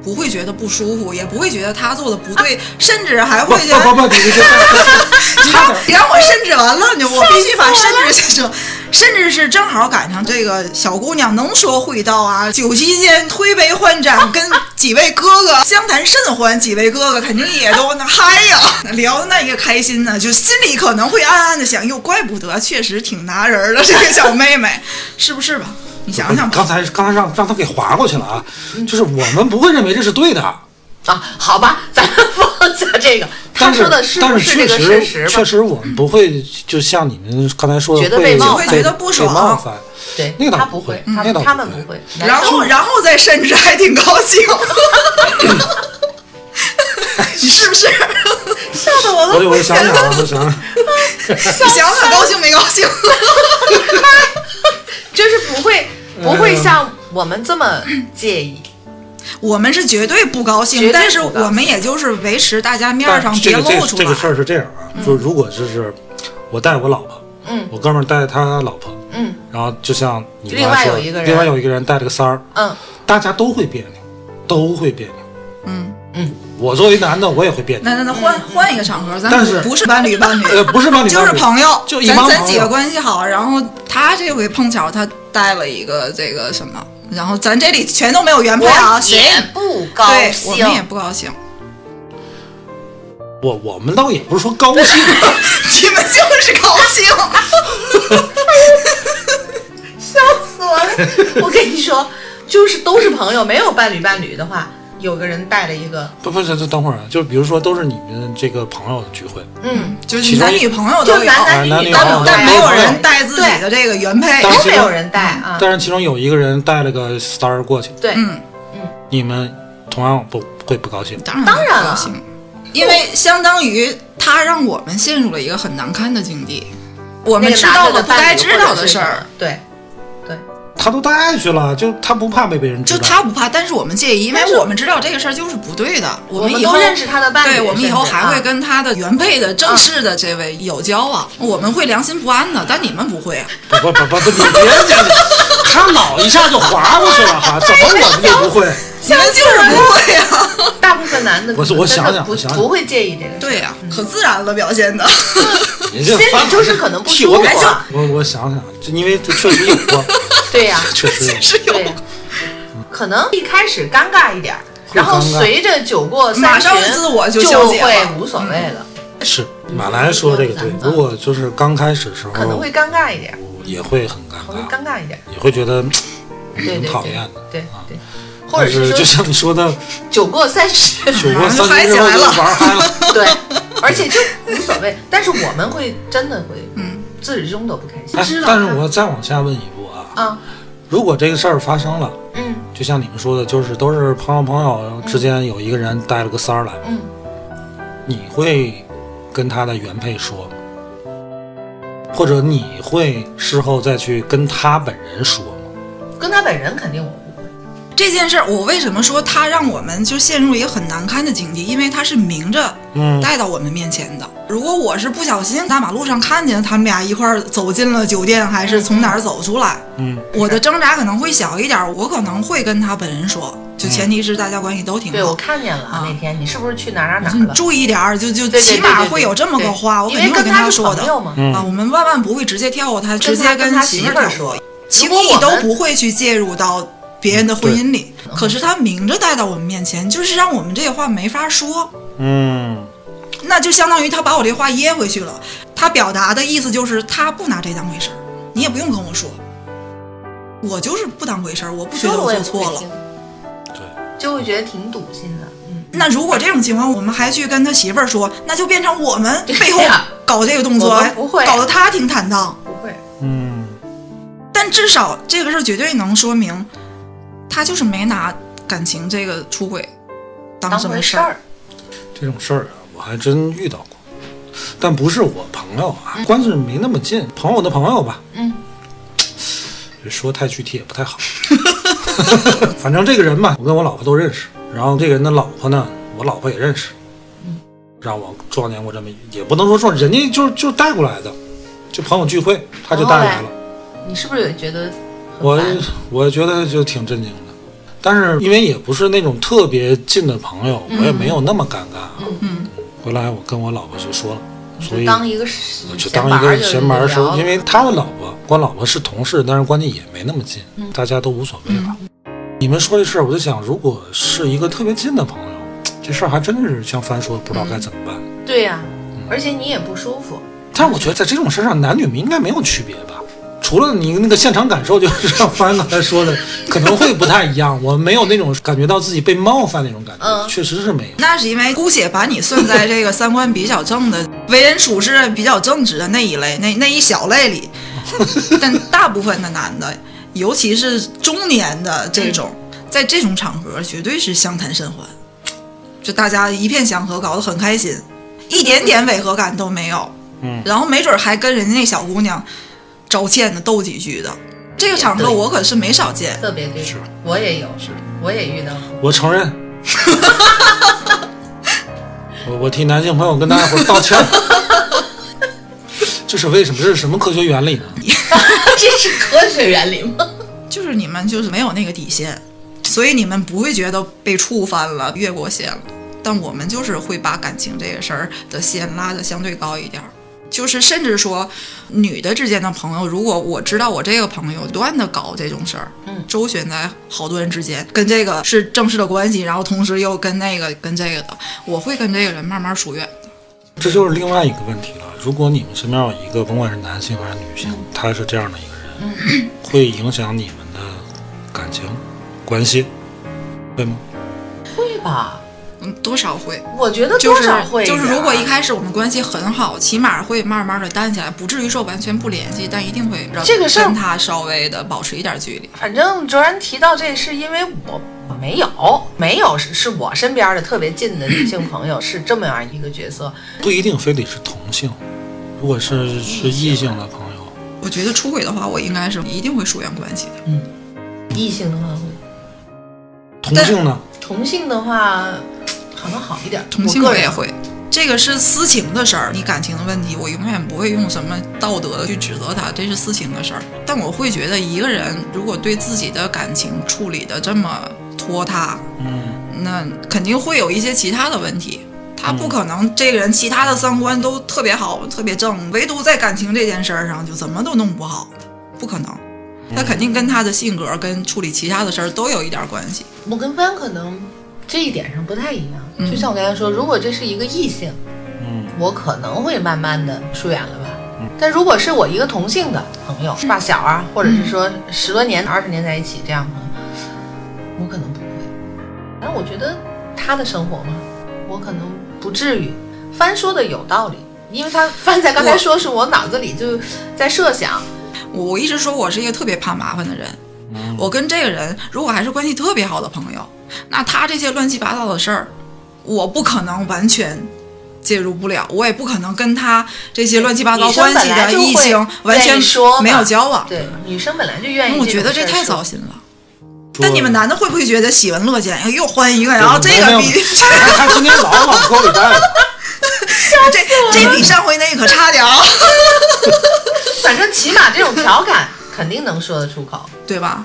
S2: 不会觉得不舒服，也不会觉得他做的不对，甚至还
S1: 不
S2: 会觉
S1: 不
S2: 得
S1: 不不，你这差
S3: [laughs]
S1: 点
S2: 你让我伸指完了，你我必须把伸指先说，甚至是正好赶上这个小姑娘能说会道啊，酒席间推杯换盏，跟几位哥哥相谈甚欢，几位哥哥肯定也都那嗨呀，聊的那一个开心呢，就心里可能会暗暗的想，哟，怪不得确实挺拿人儿的这个小妹妹，是不是吧？你想想吧，
S1: 刚才刚才让让他给划过去了啊，
S3: 嗯
S1: 就是我们不会认为这是对的，
S3: 啊，好吧，咱们 [laughs] 放下这个。他
S1: 但
S3: 说的是
S1: 但
S3: 不
S1: 是确
S3: 这个
S1: 实
S3: 事实吧？
S1: 确实我们不会就像你们刚才说的
S3: 觉得
S1: 被
S3: 被冒
S1: 被
S3: 犯
S2: 会觉得不
S1: 被
S2: 爽
S1: 冒犯，
S3: 对，
S1: 那个倒
S3: 他
S1: 不
S3: 不
S1: 会
S3: 会，
S1: 嗯
S3: 他
S1: 那倒
S3: 他
S1: 不
S3: 们
S1: 会
S3: 不会。
S2: 然后然后再伸指还挺高兴，你是不是？
S3: 笑的我
S1: [laughs] 我得
S3: 都
S1: 我得想想啊，我想
S2: [laughs]
S1: 想。
S2: 你想想高兴没高兴？
S3: 就是不会
S1: 嗯
S3: 不会像我们这么介意。
S2: 我们是绝对不高兴，
S3: 绝对不高兴
S2: 但是我们也就是维持大家面儿上
S1: 但
S2: 别
S1: 这个这个
S2: 露出来。嗯
S1: 这个事儿是这样啊，就是如果就是我带我老婆，
S3: 嗯
S1: 我哥们儿带他老婆，
S3: 嗯
S1: 然后就像你
S3: 另
S1: 刚才
S3: 外
S1: 说
S3: 有
S1: 的
S3: 一个人
S1: 另外有一个人带了个三儿，
S3: 嗯，
S1: 大家都会别扭，都会别扭。
S2: 嗯
S3: 嗯，
S1: 我作为男的，我也会别扭。
S2: 那那那换换一个场合，咱
S1: 但是
S2: 不是伴侣
S1: [laughs]
S2: 伴侣，
S1: 呃，不是帮你，
S2: 就是朋友，
S1: 就一
S2: 咱
S1: 帮
S2: 咱
S1: 朋
S2: 几个
S1: 友
S2: 关系好，然后他这回碰巧他带了一个这个什么，然后咱这里全都没有原配啊，
S3: 我
S2: 谁
S3: 也不高
S2: 对我
S3: 兴
S2: 们，也不高兴，
S1: 我我们倒也不是说高
S2: [laughs]
S1: 兴，
S2: [laughs] 你们就是高兴，
S3: 笑死我 [laughs] 了！我跟你说，就是都是朋友，没有伴侣伴侣的话，有个人带了一个，
S1: 不不是，就等会儿啊，就是比如说都是你们这个朋友聚会，
S3: 嗯，
S2: 就是
S1: 其中嗯
S2: 男
S1: 一
S2: 女朋友都
S3: 就
S2: 有，
S3: 男男女
S1: 男
S3: 女
S1: 女
S3: 都
S1: 朋
S3: 有
S1: 友
S3: 带，
S2: 哦但没有人
S3: 带，
S2: 带自己的这个原配，
S1: 但
S3: 都
S1: 是
S3: 没有人带啊。
S1: 但是其中有一个人带了个三儿过去，
S3: 对，
S2: 嗯。
S1: 你们同样不会不高兴。
S2: 当然
S3: 当然
S2: 不
S3: 了
S2: 高兴，因为相当于他让我们陷入了一个很难堪的境地，我
S3: 我
S2: 们知道了不该知道的事儿，，
S3: 对，
S1: 他都带去了，就他不怕没被人知
S2: 就
S1: 道。
S2: 他不怕，但是我们介意，因
S3: 但
S2: 为
S3: 是
S2: 我们知道这个事儿就是不对的，
S3: 我
S2: 们
S3: 们
S2: 以后
S3: 都认识。他的伴侣，
S2: 对，我们以后还会
S3: 甚至啊啊
S2: 跟他的原配的正式的这位有交啊，我们会良心不安的，但你们不会啊。
S1: 不不不不不，你别讲，他老一下就划过去了哈，怎么我们就不会？
S2: 你们就是不会啊。
S3: 大部分男的，
S1: 我是我想想
S3: 不
S1: 我想想
S3: 不会介意这个事儿，
S2: 对呀、可自然了，表现的。
S1: 你这
S3: 心里
S1: 翻
S3: 就是可能不
S1: 替我
S3: 舒服
S1: 表达
S3: 哎
S1: 我我想想，这因为这确实有过，
S3: 对 [laughs] 呀，
S1: 确实有过。
S2: 是有
S3: 对，可能一开始尴尬一点儿，
S1: 会
S3: 然后
S1: 尴尬
S3: 随着酒过
S2: 马
S3: 三巡，
S2: 上自我就
S3: 就
S2: 消解了嗯
S3: 会无所谓了，
S1: 是马来说这个对，如果就是刚开始的时候，
S3: 可能会尴尬一点儿，
S1: 也会很尴
S3: 可能
S1: 尬，
S3: 尴尬一点儿，
S1: 也会觉得
S3: 对对
S1: 挺
S3: 对，
S1: 嗯讨厌的。啊
S3: 对对，或
S1: 但
S3: 者
S1: 是就
S3: 说
S1: 像你说的，
S3: [laughs] 酒过三巡，
S1: 酒过三巡之后就玩嗨了。
S3: 对，而且就无所谓， [laughs] 但是我们会真的会
S2: 嗯，
S3: 自始至终都 [laughs] 不开心
S1: 哎，
S3: 知道啊
S1: 但是
S3: 他
S1: 我再往下问一步啊，
S3: 啊，
S1: 如果这个事儿发生了，
S3: 嗯
S1: 就像你们说的，就是都是朋友朋友之间有一个人带了个三儿来，
S3: 嗯，
S1: 你会跟他的原配说吗？或者你会事后再去跟他本人说吗？
S3: 跟他本人肯定我不会，
S2: 这件事儿，我为什么说他让我们就陷入一个很难堪的境地？因为他是明着
S1: 嗯，
S2: 带到我们面前的。如果我是不小心大马路上看见他们俩一块儿走进了酒店，还是从哪儿走出来，
S1: 嗯，
S2: 我的挣扎可能会小一点，我可能会跟他本人说，就前提是大家关系都挺
S3: 对我
S2: 好。
S3: 看见了
S2: 啊
S3: 那天你是不是去哪儿哪儿哪
S2: 你
S3: 儿了？
S2: 注意点儿，就就
S3: 对对
S2: 起
S3: 对
S2: 码
S3: 对
S2: 会
S3: 对
S2: 有这么个
S3: 对
S2: 话，我
S3: 因
S2: 肯
S3: 为
S2: 定会
S3: 跟
S2: 他
S3: 是
S2: 说
S3: 朋
S2: 的。
S3: 友嘛，
S1: 嗯
S2: 啊，我们万万不会直接跳过他，直接
S3: 跟
S2: 跟
S3: 他
S2: 媳
S3: 媳妇
S2: 跳
S3: 儿
S2: 过
S3: 说，
S2: 轻
S3: 如果
S2: 易
S3: 我
S2: 都
S3: 们
S2: 不会去介入到别人的婚姻里。可是他明着带到我们面前，就是让我们这话没法说。
S1: 嗯，
S2: 那就相当于他把我这话噎回去了。他表达的意思就是他不拿这当回事儿，你也不用跟我说，我就是不当回事儿，我不觉
S3: 说
S2: 得
S3: 了
S2: 我
S3: 我也
S2: 做
S3: 不会
S2: 错了
S3: 听。
S1: 对，
S3: 就会觉得挺堵心的，嗯，
S2: 那如果这种情况，我们还去跟他媳妇儿说，那就变成我们
S3: 对呀
S2: 背后搞这个动
S3: 我
S2: 作哎
S3: 们，不会
S2: 搞得他挺坦荡。
S3: 不会，
S1: 嗯，
S2: 但至少这个事儿绝对能说明，他就是没拿感情这个出轨当
S3: 当
S2: 什么
S3: 回
S2: 事
S3: 事
S2: 儿。
S3: 儿。
S1: 这种事儿啊，我还真遇到过，但不是我朋友啊，关系没那么近，朋友的朋友吧。
S3: 嗯，
S1: 说太具体也不太好。 [laughs] 反正这个人吧，我跟我老婆都认识，然后这个人的老婆呢，我老婆也认识，让我撞见过这么一，也不能说撞，人家就就带过来的，就朋友聚会他就带来了。
S3: 你是不是也觉得
S1: 我
S3: 哦很烦？
S1: 我觉得就挺震惊的，但是因为也不是那种特别近的朋友，我也没有那么尴尬。
S3: 嗯
S2: 嗯，
S1: 回来我跟我老婆就说了，所
S3: 就
S1: 以
S3: 当一个
S1: 我
S3: 闲
S1: 就当一个闲
S3: 闲
S1: 玩
S3: 儿
S1: 儿
S3: 就
S1: 收
S3: 聊，
S1: 因为他的老婆跟我老婆是同事，但是关系也没那么近，
S3: 嗯
S1: 大家都无所谓吧。你们说这事儿，我就想，如果是一个特别近的朋友，这事儿还真是像帆说，不知道
S3: 嗯
S1: 该怎么办。
S3: 对呀、
S1: 嗯
S3: 而且你也不舒服。
S1: 但是我觉得在这种事儿上，男女应该没有区别吧？除了你那个现场感受，就是 [laughs] 像帆刚才说的，可能会不太一样。我没有那种感觉到自己被冒犯那种感觉，
S3: 嗯
S1: 确实是没有。
S2: 那是因为姑且把你算在这个三观比较正的、为人处事比较正直的那一类、那那一小类
S1: [laughs]
S2: 里，但大部分的男的，尤其是中年的这
S1: 嗯
S2: 种，在这种场合绝对是相谈甚欢，就大家一片祥和，搞得很开心，一点点违和感都没有。
S1: 嗯，
S2: 然后没准还跟人家那小姑娘招歉的斗几句的，这个场合
S1: 对
S2: 我可是没少见。
S3: 特别对
S1: 是，
S3: 我也有，
S1: 是
S3: 我也遇到过。 [laughs]
S1: 我承认， [laughs] 我我替男性朋友跟大家伙儿道歉。 [laughs] 这是为什么？这是什么科学原理呢？
S3: 这是科学原理吗？
S2: 就是你们就是没有那个底线，所以你们不会觉得被触犯了、越过线了。但我们就是会把感情这个事儿的线拉得相对高一点儿，就是甚至说，女的之间的朋友，如果我知道我这个朋友不断的搞这种事儿，
S3: 嗯
S2: 周旋在好多人之间，跟这个是正式的关系，然后同时又跟那个跟这个的，我会跟这个人慢慢疏远。
S1: 这就是另外一个问题了。如果你们身边有一个，甭管是男性还是女性，
S2: 嗯
S1: 他是这样的一个人， [clears throat] 会影响你们的感情关系，会吗？
S3: 会吧？
S2: 嗯，多少会。
S3: [laughs] 我觉得
S2: 就
S3: 多
S2: 是
S3: 少会一啊
S2: 就
S3: 点儿
S2: 是如果一开始我们关系很好，起码会慢慢的淡下来，不至于说完全不联系，但一定会让
S3: 这个事儿
S2: 跟他稍微的保持一点距离。
S3: 反正卓然提到这，是因为我我没有没有是是我身边的特别近的女性朋友是这么样一个角色，
S1: 不一定非得是同性，如果是
S2: 嗯
S1: 是异性的朋友，
S2: 我觉得出轨的话，我应该是一定会疏远关系的。
S3: 异性的话会，
S1: 同性呢？
S3: 同性的话好像好一点儿。
S2: 同性
S3: 我
S2: 我
S3: 个
S2: 也
S3: 人
S2: 会，这个是私情的事儿，你感情的问题，我永远不会用什么道德去指责他，这是私情的事儿。但我会觉得，一个人如果对自己的感情处理的这么拖沓，
S1: 嗯，
S2: 那肯定会有一些其他的问题。他不可能这个人其他的三观都特别好、特别正，唯独在感情这件事儿上就怎么都弄不好，不可能。他肯定跟他的性格、跟处理其他的事儿都有一点关系。
S3: 我跟帆可能这一点上不太一样，
S2: 嗯
S3: 就像我刚才说，如果这是一个异性，
S1: 嗯，
S3: 我可能会慢慢的疏远了吧。
S2: 嗯
S3: 但如果是我一个同性的朋友，发小啊，或者是说
S2: 嗯
S3: 十多年、二十年在一起这样的，我可能不会。但我觉得他的生活嘛，我可能不至于。帆说的有道理，因为他帆在刚才
S2: 我
S3: 说是我脑子里就在设想，
S2: 我我一直说我是一个特别怕麻烦的人，
S1: 嗯
S2: 我跟这个人如果还是关系特别好的朋友，那他这些乱七八糟的事儿，我不可能完全介入不了，我也不可能跟他这些乱七八糟
S3: 女生
S2: 关
S3: 本
S2: 系
S3: 来
S2: 的
S3: 就
S2: 异
S3: 会
S2: 性完
S3: 愿
S2: 全
S3: 意说嘛
S2: 没有交往。
S3: 对，女生本来就愿意。
S2: 那我觉得哎这太糟。心了。
S1: 说
S2: 但你们男的会不会觉得喜闻乐见？哎，又换一个，然后这
S1: 没有
S2: 个
S1: 没有
S2: 比 [laughs]
S1: 哎他今天老往沟里带。
S2: [laughs] 这这比上回那个可差点啊，
S3: 反正起码这种调侃肯定能说得出口。
S2: [laughs] 对吧？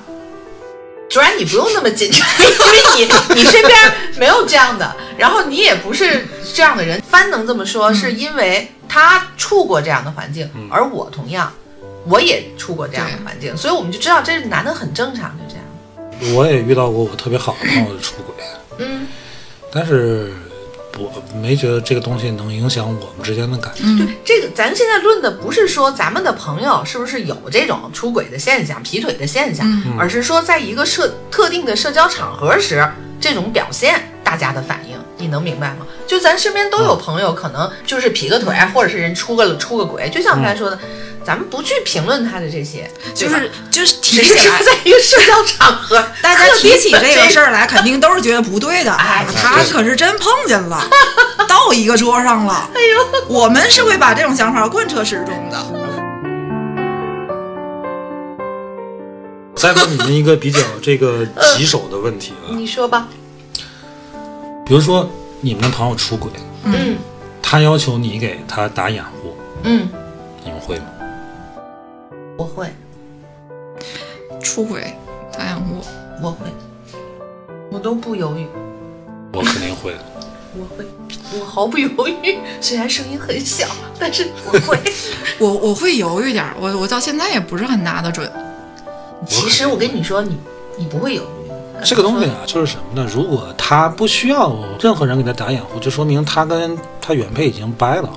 S3: 主然你不用那么紧张， [laughs] 因为你你身边没有这样的，然后你也不是这样的人。帆能这么说，是因为他处过这样的环境，而我同样，我也处过这样的环境，所以我们就知道这男的很正常，就这样。
S1: 我也遇到过我特别好的朋友的出轨，
S3: 嗯，
S1: 但是我没觉得这个东西能影响我们之间的感情。
S3: 这个咱现在论的不是说咱们的朋友是不是有这种出轨的现象、劈腿的现象，而是说在一个社特定的社交场合时，这种表现大家的反应。你能明白吗？就咱身边都有朋友，可能就是劈个腿，或者是人出个出个轨，就像刚才说的，咱们不去评论他的这些，
S2: 就
S3: 对
S2: 是
S3: 吧
S2: 就是提
S3: 只
S2: 起
S3: 是
S2: 来，
S3: 在一个社交场合，
S2: [laughs]
S3: [laughs]
S2: 大家
S3: 特别
S2: 提起
S3: 的
S2: 这个事儿来，肯定都是觉得不 [laughs] 对的。
S3: 哎
S2: 他
S1: 对
S2: 可是真碰见了， [laughs] 到一个桌上了。哎呦，我们是会把这种想法贯彻始终的。
S1: [laughs] 再问你们一个比较这个棘手的问题啊，
S3: 你说吧，
S1: 比如说你们的朋友出轨，
S3: 嗯
S1: 他要求你给他打掩护，
S3: 嗯，
S1: 你们会吗？
S3: 我会，
S2: 出轨，打掩护，
S3: 我会，我都不犹豫，
S1: 我肯定 [laughs] 会。
S3: 我会，我毫不犹豫，虽然声音很小，但是我
S1: [laughs]
S3: 会。
S2: 我我会犹豫点儿，我我到现在也不是很拿得准。
S3: 其实我跟你说，你你不会犹豫。
S1: 这个东西啊，就是什么呢？如果他不需要任何人给他打掩护，就说明他跟他原配已经掰了。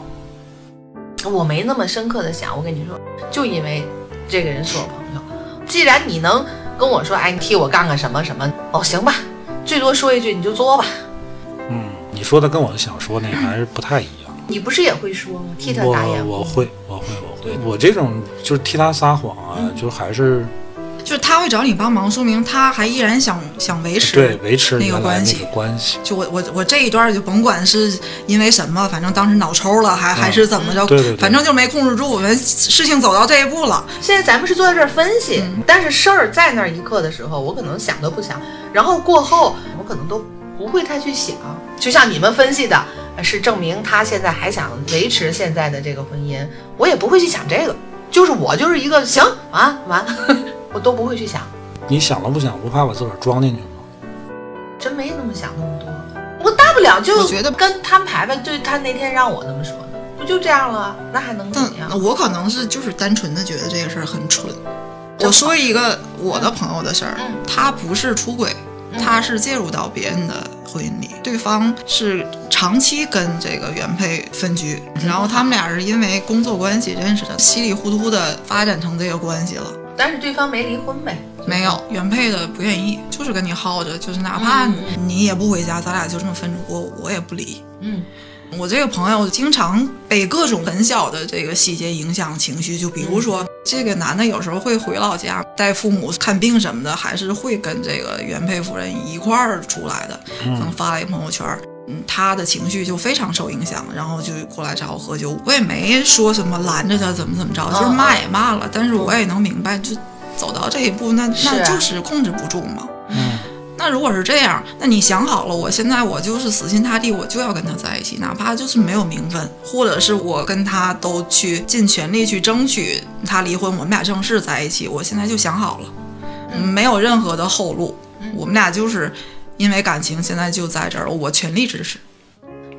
S3: 我没那么深刻的想，我跟你说，就因为这个人是我朋友，既然你能跟我说，哎，你替我干个什么什么，哦，行吧，最多说一句你就作吧。
S1: 嗯，你说的跟我想说那还是不太一样。
S3: 你不是也会说吗？替他
S1: 我
S3: 打掩护。
S1: 我会，我会，我会。我这种就是替他撒谎啊，
S3: 嗯
S1: 就还是
S2: 就是他会找你帮忙，说明他还依然想想维持。
S1: 对维持
S2: 那
S1: 原
S2: 个
S1: 来
S2: 关
S1: 那
S2: 系
S1: 个关系。
S2: 就我我我这一段就甭管是因为什么，反正当时脑抽了，还、还是怎么着，
S1: 啊对对对
S2: 反正就没控制住。我们事情走到这一步了，
S3: 现在咱们是坐在这儿分析，
S2: 嗯
S3: 但是事儿在那儿一刻的时候，我可能想都不想，然后过后我可能都不会太去想。就像你们分析的，呃是证明他现在还想维持现在的这个婚姻，我也不会去想这个。就是我就是一个行完完， [laughs] 我都不会去想，
S1: 你想都不想，不怕把自个儿装进去吗？
S3: 真没那么想那么多。我大不了就
S2: 我觉得
S3: 跟摊牌吧，就他那天让我那么说的，不就这样了？那还能怎
S2: 但
S3: 么样？
S2: 嗯我可能是就是单纯的觉得这个事儿很蠢。我说一个我的朋友的事儿
S3: 嗯，
S2: 他不是出轨，他是介入到别人的婚姻里，对方是长期跟这个原配分居，然后他们俩是因为工作关系认识的，稀里糊涂的发展成这个关系了。
S3: 但是对方没离婚呗。
S2: 没有原配的不愿意，就是跟你耗着，就是哪怕
S3: 嗯
S2: 你也不回家，咱俩就这么分着过，我也不离。
S3: 嗯，
S2: 我这个朋友经常被各种很小的这个细节影响情绪，就比
S3: 嗯
S2: 如说、这个男的有时候会回老家带父母看病什么的，还是会跟这个原配夫人一块儿出来的，
S3: 嗯
S2: 可能发了一朋友圈。嗯，他的情绪就非常受影响，然后就过来找我喝酒，我也没说什么拦着他怎么怎么着，
S3: 嗯
S2: 就是骂也骂了，但是我也能明白，就走到这一步，那
S3: 是
S2: 那
S3: 啊
S2: 就是控制不住嘛。
S1: 嗯，
S2: 那如果是这样，那你想好了，我现在我就是死心塌地，我就要跟他在一起，哪怕就是没有名分，或者是我跟他都去尽全力去争取他离婚，我们俩正式在一起。我现在就想好了，没有任何的后路，我们俩就是因为感情现在就在这儿，我全力支持。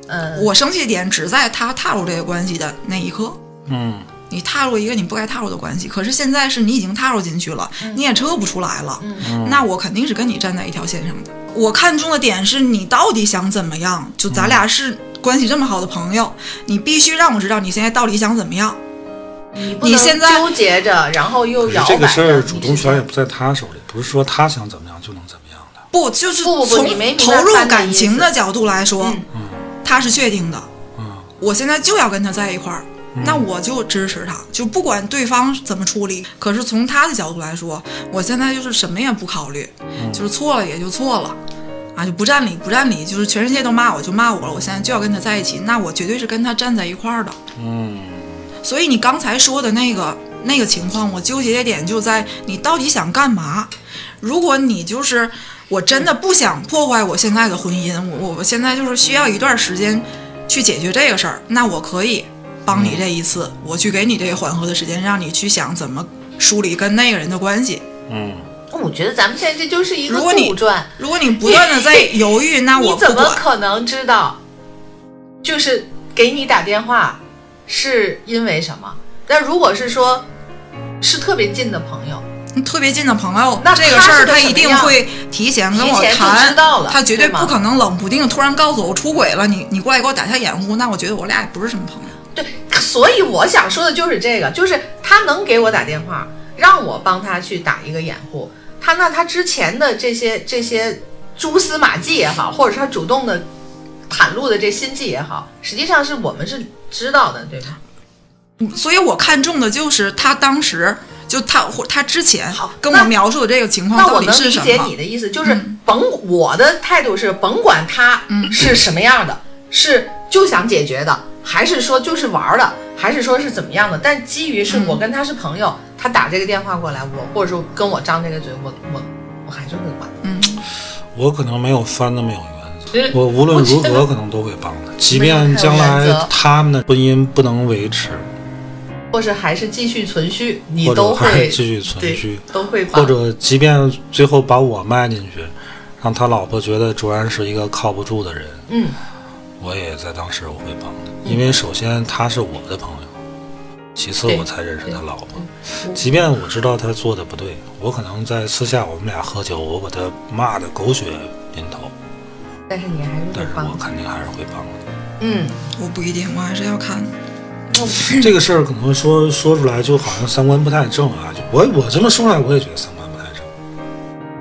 S3: 呃，
S2: 我生气的点只在他踏入这个关系的那一刻。
S1: 嗯，
S2: 你踏入一个你不该踏入的关系，可是现在是你已经踏入进去了，你也撤不出来
S3: 嗯
S2: 了。那我肯定是跟你站在一条线上的。我看中的点是你到底想怎么样？就咱俩是关系这么好的朋友，你必须让我知道你现在到底想怎么样。
S3: 你不
S2: 你
S3: 能
S2: 现在
S3: 纠结着，然后又
S1: 可是
S3: 摇摆着。
S1: 这个事儿主
S3: 你
S1: 动
S3: 是
S1: 权也不在他手里，不是说他想怎么样就能怎么样的。
S2: 不，就是
S3: 不不不
S2: 从
S3: 你没明白
S2: 投入
S3: 范的
S2: 感
S3: 意
S2: 情
S3: 思
S2: 的角度来说，
S3: 嗯
S2: 他是确定的。
S1: 嗯
S2: 我现在就要跟他在一块儿，那我就支持他，就不管对方怎么处理。可是从他的角度来说，我现在就是什么也不考虑，就是错了也就错了，啊，就不占理不占理，就是全世界都骂我就骂我了，我现在就要跟他在一起，那我绝对是跟他站在一块儿的。
S1: 嗯，
S2: 所以你刚才说的那个那个情况，我纠结的点就在你到底想干嘛？如果你就是我真的不想破坏我现在的婚姻，我我我现在就是需要一段时间去解决这个事儿，那我可以帮你这一次，我去给你这个缓和的时间，让你去想怎么梳理跟那个人的关系。
S1: 嗯，
S3: 我觉得咱们现在这就是一个
S2: 如果你
S3: 杜撰，
S2: 如果你不断的在犹豫，那我
S3: 你
S2: 不
S3: 怎么
S2: 管。
S3: 可能知道？就是给你打电话是因为什么？但如果是说，是特别近的朋友，
S2: 特别近的朋友，
S3: 那
S2: 这个
S3: 他
S2: 事
S3: 是
S2: 儿
S3: 个
S2: 他
S3: 什
S2: 一
S3: 么
S2: 定
S3: 样
S2: 会提前跟我
S3: 提前就
S2: 谈，
S3: 知道了
S2: 他绝对
S3: 对吗
S2: 不可能冷不丁地突然告诉我我出轨了，你你过来给我打下掩护，那我觉得我俩也不是什么朋友。
S3: 对，所以我想说的就是这个，就是他能给我打电话，让我帮他去打一个掩护。他那他之前的这些这些蛛丝马迹也好，或者是他主动的袒露的这心计也好，实际上是我们是知道的，对吧？
S2: 所以我看中的就是他当时就他或他之前
S3: 好
S2: 跟我
S3: 那
S2: 描述的这个
S1: 嗯
S2: 情况
S3: 那
S2: 到
S3: 我
S2: 底
S3: 能
S2: 是
S3: 理
S2: 什么。
S3: 解你的意思，就是甭我的态度是甭管他
S1: 嗯
S3: 是什么样的，是就想解决的，还是说就是玩儿的，还是说是怎么样的？但基于
S1: 嗯
S3: 是我跟他是朋友，他打这个电话过来，我或者说跟我张这个嘴，我我我还是会管。
S2: 嗯
S1: 我可能没有翻那么有原则，
S3: 其实
S1: 我无论如
S3: 我觉得
S1: 何可能都会帮他，即便将
S3: 没有原则
S1: 来他们的婚姻不能维持，
S3: 或是还是继续存续，你
S1: 嗯或者
S3: 都
S1: 还
S3: 会
S1: 继续存续，
S3: 对都会
S1: 或
S3: 帮。
S1: 者即便最后把我卖进去，让他老婆觉得卓然是一个靠不住的人，
S3: 嗯，
S1: 我也在当时我会帮他，因为首先他是我的朋友，其次
S3: 对
S1: 我才认识他老婆
S3: 嗯。
S1: 即便我知道他做的不对，我可能在私下我们俩喝酒，我把他骂的狗血淋头，
S3: 但是你还是
S1: 但
S3: 会
S1: 是
S3: 帮
S1: 我。肯定还是会帮的。 [laughs]
S3: 嗯，
S2: 我不一定，我还是要看。
S1: 这个事儿可能说说出来就好像三观不太正啊，就我我这么说出来我也觉得三观不太正，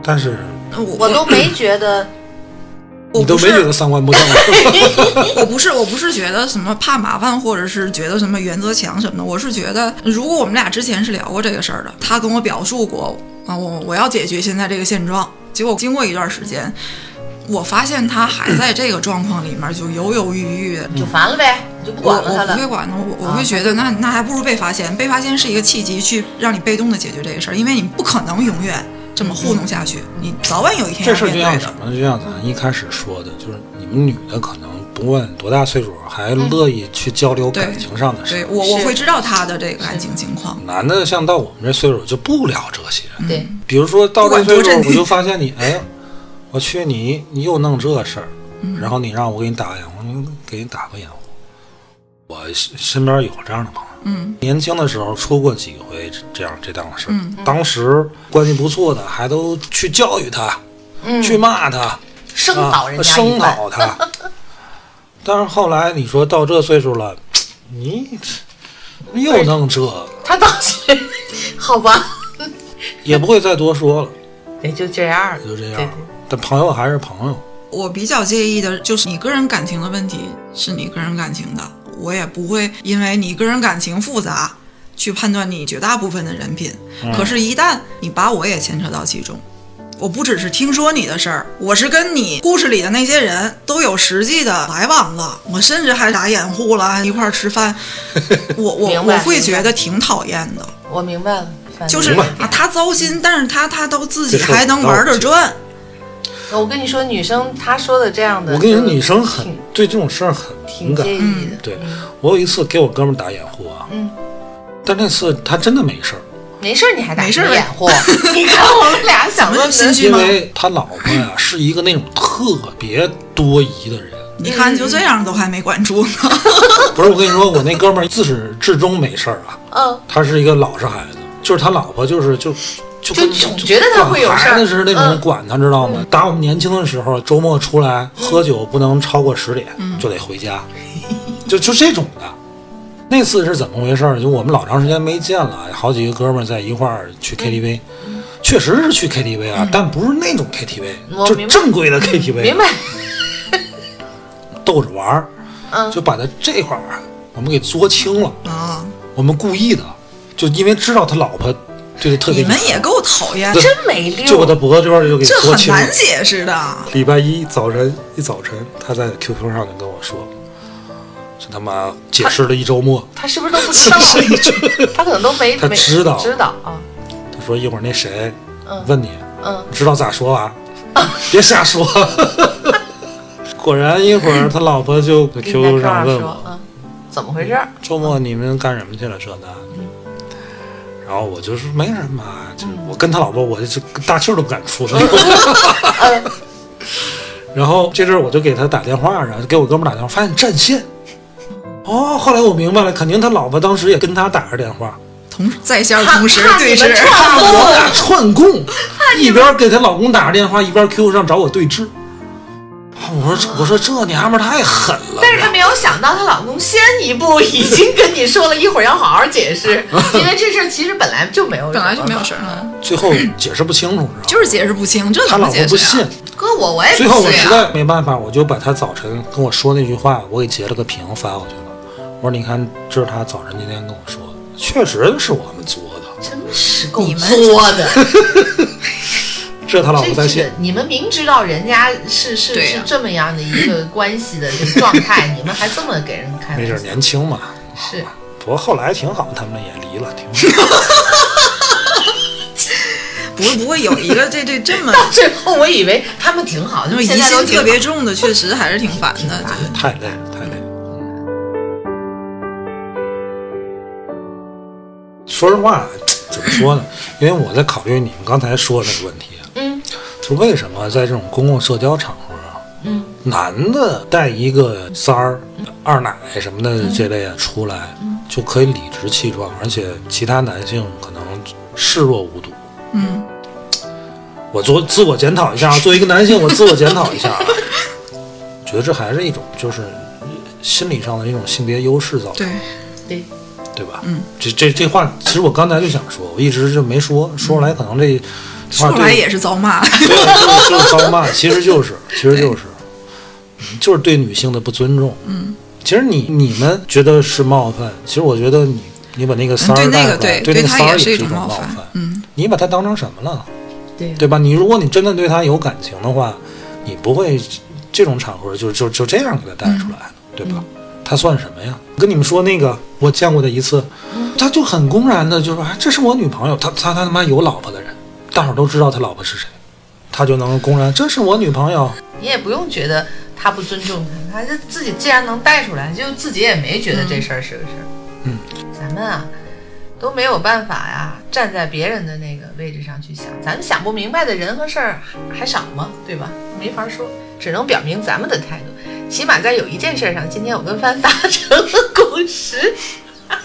S1: 但是
S2: 我
S3: 嗯我
S2: 我
S3: 都没觉得，
S2: 我
S1: 你都
S2: 不
S1: 没觉
S2: 是
S1: 得三观不正啊？ [laughs]
S2: 我不是我不是觉得什么怕麻烦，或者是觉得什么原则强什么的。我是觉得，如果我们俩之前是聊过这个事儿的，他跟我表述过啊，我我要解决现在这个现状。结果经过一段时间，我发现他还在这个状况里面就犹犹豫豫的，
S1: 嗯
S3: 就烦了呗，你就不管了他
S2: 我我不会
S3: 了。
S2: 管的，我我
S3: 啊
S2: 会觉得那那还不如被发现，被发现是一个契机，去让你被动的解决这个事儿，因为你不可能永远这么糊弄下去，你早晚有一天
S1: 这
S2: 要
S1: 事儿就
S2: 面
S1: 像
S2: 对
S1: 什
S2: 的。
S1: 么呢？就像咱一开始说的，就是你们女的可能不问多大岁数，还乐意去交流感情上的事
S2: 嗯对
S1: 儿。
S2: 我我
S3: 是
S2: 会知道他的这个感情情况，
S1: 男的像到我们这岁数就不聊这些，
S3: 对，
S1: 比如说到这岁
S2: 不管多
S1: 数，
S2: 震
S1: 我就发现你，哎，我去你，你又弄这事儿，
S2: 嗯
S1: 然后你让我给你打个掩护，你给你打个掩护。我身身边有这样的朋友，
S2: 嗯，
S1: 年轻的时候出过几回这这样这档子事儿
S2: 嗯，
S1: 当时关系不错的还都去教育他，
S3: 嗯，
S1: 去骂他，
S3: 声
S1: 啊
S3: 讨人家，
S1: 声。讨他。但是后来你说到这岁数了，你又弄这个，
S3: 他当时，好吧，
S1: 也不会再多说了，
S3: 也就这样了，
S1: 就这
S3: 对
S1: 样
S3: 对。
S1: 但朋友还是朋友，
S2: 我比较介意的就是你个人感情的问题是你个人感情的，我也不会因为你个人感情复杂去判断你绝大部分的人品。
S1: 嗯
S2: 可是，一旦你把我也牵扯到其中，我不只是听说你的事儿，我是跟你故事里的那些人都有实际的来往了，我甚至还打掩护了，一块儿
S1: [laughs]
S2: 吃饭，我我
S3: 明白
S2: 我会觉得挺讨厌的。
S3: 我明白了，反正
S2: 就是
S1: 明白
S2: 啊，他糟心，但是他他都自己
S1: 这事儿
S2: 还能
S1: 我
S2: 玩
S1: 倒
S2: 得
S1: 是
S2: 转。
S3: 我跟你说，女生她说的这样的，
S1: 我跟你说，
S3: 就是
S1: 女生很
S3: 挺
S1: 对这种事儿很敏
S3: 挺
S1: 感嗯
S3: 介。意的。
S1: 对我有一次给我哥们儿打掩护啊，
S3: 嗯
S1: 但那次他真的没事儿，
S3: 没事儿，你还打
S2: 没事儿
S3: 什么
S2: 呗
S3: 掩护？
S2: [laughs]
S3: 你看我们俩想 [laughs] 问
S2: 怎么
S3: 的
S2: 心虚
S1: 因
S2: 吗
S1: 为他老婆呀是一个那种特别多疑的人。
S2: 你看，
S3: 嗯
S2: 就这样都还没管住呢。
S1: [laughs] 不是我跟你说，我那哥们儿自始至终没事儿啊，
S3: 嗯，
S1: 他是一个老实孩子，就是他老婆就是就就
S3: 就
S1: 跟
S3: 总觉得他会有事儿
S1: 管孩子是那种
S3: 嗯嗯
S1: 管他，知道吗？打我们年轻的时候，周末出来喝酒不能超过十点，就得回家，就就这种的。那次是怎么回事儿？就我们老长时间没见了，好几个哥们儿在一块儿
S3: 嗯
S1: 去 KTV，、确实是去 KTV 啊，但不是那种 KTV，
S3: 我
S1: 就
S3: 明白
S1: 正规的 KTV，
S3: 明白。
S1: 逗着玩儿，
S3: 嗯
S1: 就把他这块儿啊我们给作清了。
S2: 啊，
S1: 我们故意的，啊就因为知道他老婆对他特别
S2: 你们也够讨厌，
S1: 对
S3: 真没
S1: 就
S3: 溜
S1: 我的脖子这块儿就给
S2: 这
S1: 搓
S2: 很
S1: 青了
S2: 难。解释的。
S1: 礼拜一早晨一早晨，他在 QQ 上就跟我说，这他妈解释了一周末。
S3: 他是不是都不
S1: [laughs]
S3: 知道？他可能都没
S1: 他
S3: 没
S1: 知道
S3: 知道啊。
S1: 他说一会儿那谁
S3: 嗯
S1: 问你，
S3: 嗯，
S1: 你知道咋说啊？
S2: 嗯
S1: 别瞎说。 [laughs] 果然一会儿他老婆就在
S3: 你在
S1: QQ 上
S3: 上
S1: 问
S3: 说，
S1: 我嗯
S3: 嗯，怎么回事儿？
S1: 周末你们干什么去了这那。
S2: 嗯
S1: 然后我就说没什么，啊就是我跟他老婆，我就大气儿都不敢出。
S2: 嗯
S1: [laughs] 然后这阵儿我就给他打电话，然后给我哥们儿打电话，发现占线。哦，后来我明白了，肯定他老婆当时也跟他打着电话，
S2: 同在线
S3: 怕
S2: 同时
S3: 怕
S2: 对
S3: 你们
S2: 峙，
S3: 串
S1: 我
S3: 供，
S1: 俩串供，一边给她老公打着电话，一边 QQ 上找我对峙。啊，我
S2: 哦
S1: 说我说这娘们儿太狠了，
S3: 但是她没有想到，她老公先一步已经跟你说了一会儿要好好解
S1: [laughs]
S3: 释，因为这事儿其实本来就没有，
S2: 本来就没有事。儿，嗯
S1: 最后解释不清楚，你知道吗？
S2: 就是解释不清，这
S1: 她
S2: 怎
S1: 老
S2: 么
S1: 婆
S2: 解
S1: 不
S2: 释啊
S1: 信
S2: 呀？，
S3: 哥，我我
S1: [laughs]
S3: 也
S1: 最后
S3: 不
S1: 我实
S3: 信啊。
S1: 在没办法，我就把她早晨跟我说那句话，我给截了个屏发过去了。我说你看，这是她早晨今天跟我说的，确实是我们作的，
S3: 真是够
S2: 你们
S3: 作的，
S1: 这 [laughs] 她老婆
S3: 这
S1: 在
S3: 这
S1: 信
S3: 个。你们明知道人家是是
S2: 对
S3: 是
S2: 呀
S3: 这么样的一个关系
S1: [laughs]
S3: 的这个状态，你们还这么给人开
S1: 没
S3: 玩
S1: 事
S3: 笑
S1: 儿，，年轻嘛。
S3: 是
S1: 不过后来挺好，他们也离了，挺
S3: [laughs]
S1: 好。
S2: 不会不会有一个这这这
S3: [laughs]
S2: 么
S3: 到最后我以为他们挺好，他
S2: 就
S3: 们
S2: 是疑
S3: 现在都
S2: 心
S3: 挺
S2: 特
S3: 好
S2: 别重的，确实还是挺烦的。
S3: 挺
S2: 就
S3: 烦
S2: 是
S1: 太累，太累。嗯说实话，怎么说呢？因为我在考虑你们刚才说的这个问题，啊
S3: 嗯，
S1: 就为什么在这种公共社交场合啊，
S3: 嗯，
S1: 男的带一个三儿、二奶什么的这
S2: 嗯
S1: 类啊出来，就可以理直气壮，而且其他男性可能视若无睹。
S2: 嗯，
S1: 我做自我检讨一下
S2: [laughs]
S1: 啊，作为一个男性，我自我检讨一下啊，觉得这还是一种就是心理上的一种性别优势造成，
S2: 对，
S3: 对，
S1: 对吧？
S2: 嗯，
S1: 这这这话，其实我刚才就想说，我一直就没说，说出来可能这这话
S2: 嗯说出
S1: 对
S2: 来也是遭骂。 [laughs]
S1: 对，就是就是高骂，其实就是，其实就是，嗯就是对女性的不尊重。嗯，其实你你们觉得是冒犯，其实我觉得你你把那个三
S2: 嗯对
S1: 儿带
S2: 那
S1: 出
S2: 个
S1: 来，
S2: 对
S1: 那个
S2: 他
S1: 三儿
S2: 也是
S1: 是
S2: 一
S1: 种
S2: 冒
S1: 犯。
S2: 嗯，
S1: 你把他当成什么了？
S3: 对
S1: 对吧？你如果你真的对他有感情的话，你不会这种场合就就就这样给他带出来，对吧？他算什么呀？跟你们说那个我见过的一次，他就很公然的就说：“哎，这是我女朋友。他”他他他妈有老婆的人，大伙儿都知道他老婆是谁，他就能公然这是我女朋友。
S3: 你也不用觉得他不尊重他，他就自己既然能带出来，就自己也没觉得这事儿是个事儿。
S1: 嗯，
S3: 咱们啊都没有办法呀、站在别人的那个位置上去想，咱们想不明白的人和事儿还少吗？对吧？没法说，只能表明咱们的态度。起码在有一件事儿上，今天我跟帆达 [laughs] 成了共识。 [laughs]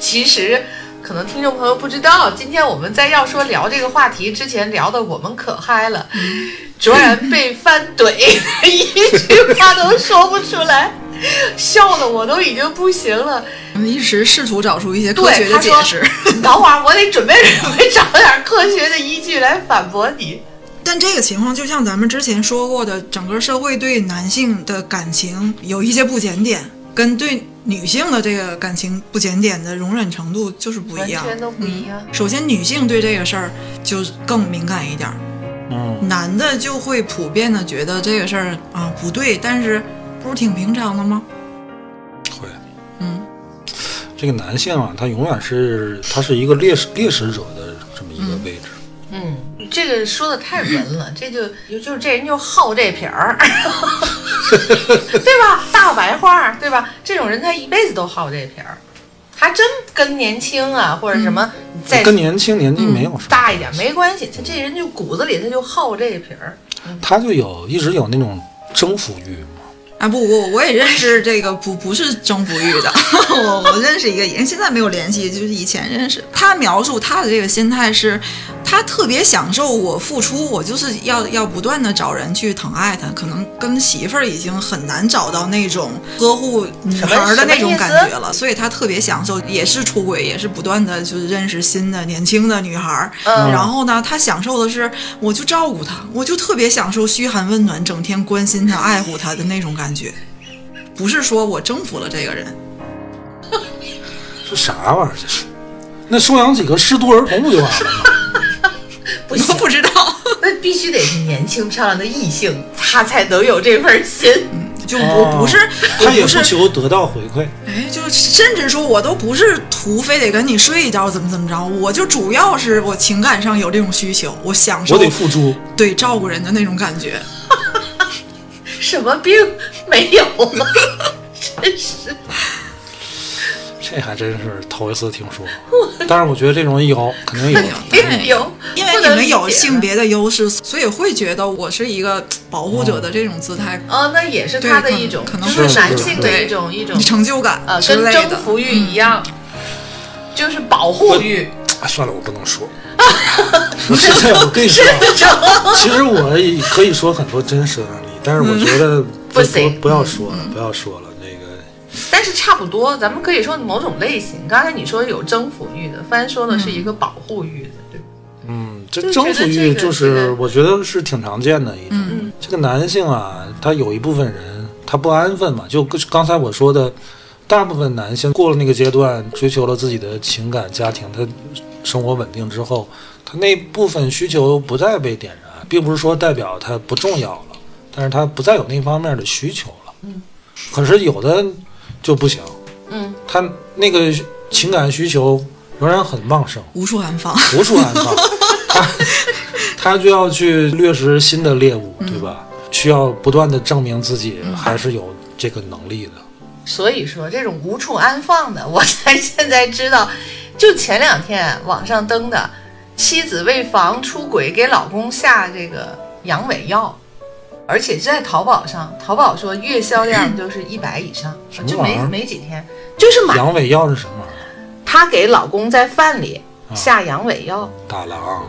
S3: 其实，可能听众朋友不知道，今天我们在要说聊这个话题之前聊的，我们可嗨了，卓然被翻怼， [laughs] 一句话都说不出来，笑的我都已经不行了。
S2: 我们一直试图找出一些科学
S3: 对，
S2: 的
S3: 他
S2: 解
S3: 说
S2: 释，
S3: [laughs] 等会儿我得准备准备找点科学的依据来反驳你。
S2: 但这个情况就像咱们之前说过的，整个社会对男性的感情有一些不检点，跟对女性的这个感情不检点的容忍程度就是不一样，
S3: 完全都不一样
S2: 嗯首先，女性对这个事儿就更敏感一点儿，
S1: 嗯，
S2: 男的就会普遍的觉得这个事儿啊不对，但是不是挺平常的吗？
S1: 会
S2: 嗯，
S1: 这个男性啊，他永远是他是一个猎食猎食者的这么一个位置。
S3: 嗯，这个说的太
S2: [laughs]
S3: 文了，这就就就是这人就好这撇儿， [laughs] 对吧？大白话儿，对吧？这种人他一辈子都好这撇儿，还真跟年轻啊或者什么
S2: 嗯
S3: 再
S1: 跟年轻年纪没有什么、
S3: 大一点没关系，他这人就骨子里他就好这撇儿。
S1: 他就有一直有那种征服欲嘛。
S2: 啊不，我我也认识这个不不是征服欲的， [laughs] 我我认识一个人，现在没有联系，就是以前认识。他描述他的这个心态是，他特别享受我付出，我就是要要不断的找人去疼爱他，可能跟媳妇儿已经很难找到那种呵护女孩儿的那种感觉了，所以他特别享受，也是出轨，也是不断的就是认识新的年轻的女孩儿，
S3: 嗯
S2: 然后呢，他享受的是我就照顾他，我就特别享受嘘寒问暖，整天关心他、爱护他的那种感觉，不是说我征服了这个人。
S1: 这啥玩意儿？这是？那收养几个失独儿童不就完了吗？
S3: 不行
S2: 我，不知
S3: [laughs]
S2: 道，
S3: 那必须得是年轻漂亮的异性，他才能有这份心。
S2: 就我不是，我
S1: 哦他也
S2: 不
S1: 不
S2: 是，
S1: 求得到回馈，
S2: 哎，就甚至说我都不是图非得跟你睡一觉怎么怎么着，我就主要是我情感上有这种需求，我享
S1: 我
S2: 受
S1: 得付出。
S2: 对照顾人的那种感觉。
S3: 什么病没有
S2: [laughs]
S3: 了？真是，
S1: 这还真是头一次听说。但是我觉得这种有，肯定有。
S3: 病有，
S2: 因为
S3: 不
S2: 你
S3: 能
S2: 们有
S3: 理解
S2: 性别的优势，所以会觉得我是一个保护者的这种姿态，
S3: 哦，那也是
S2: 对
S3: 他的
S2: 可能
S3: 一种，
S2: 可能
S3: 就是是男
S1: 是
S3: 性
S1: 对
S3: 的一种一种
S2: 成就感
S3: 呃，
S2: 之
S3: 跟
S2: 类
S3: 征
S2: 的。嗯
S3: 服欲一样，就是保护欲。
S1: 啊算了，我不能说。我现在我跟你说啊，其实我也可以说很多真实的例但是我觉得
S3: 不行
S1: 不要说了，不要说了，那个
S3: 但是差不多，咱们可以说某种类型。刚才你说有征服欲的，帆说的是
S2: 嗯
S3: 一个保护欲的，对吧
S1: 嗯，这
S3: 就觉
S1: 征
S3: 得
S1: 服
S3: 这
S1: 欲
S3: 个
S1: 就
S3: 这
S1: 是
S3: 个
S1: 我觉得是挺常见的一种。
S2: 嗯
S1: 这个男性啊，他有一部分人他不安分嘛，就跟刚才我说的，大部分男性过了那个阶段，追求了自己的情感、家庭，他生活稳定之后，他那部分需求不再被点燃，并不是说代表他不重要了，但是他不再有那方面的需求了。嗯，可是有的就不行，
S3: 嗯，
S1: 他那个情感需求仍然很旺盛。
S2: 无处安放。
S1: 无处安
S3: [laughs]
S1: 放，他他就要去掠食新的猎
S3: 嗯
S1: 物，对吧？需要不断的证明自己还是有这个能力的。
S3: 所以说这种无处安放的，我才现在知道，就前两天网上登的，妻子为防出轨给老公下这个阳痿药，而且就在淘宝上，淘宝说月销量就是一百以上
S1: 什，么
S3: 就
S1: 玩
S3: 没
S1: 意儿
S3: 没几天，就是买
S1: 阳痿药是什么玩意儿？
S3: 她给老公在饭里
S1: 啊
S3: 下阳痿药，
S1: 大郎，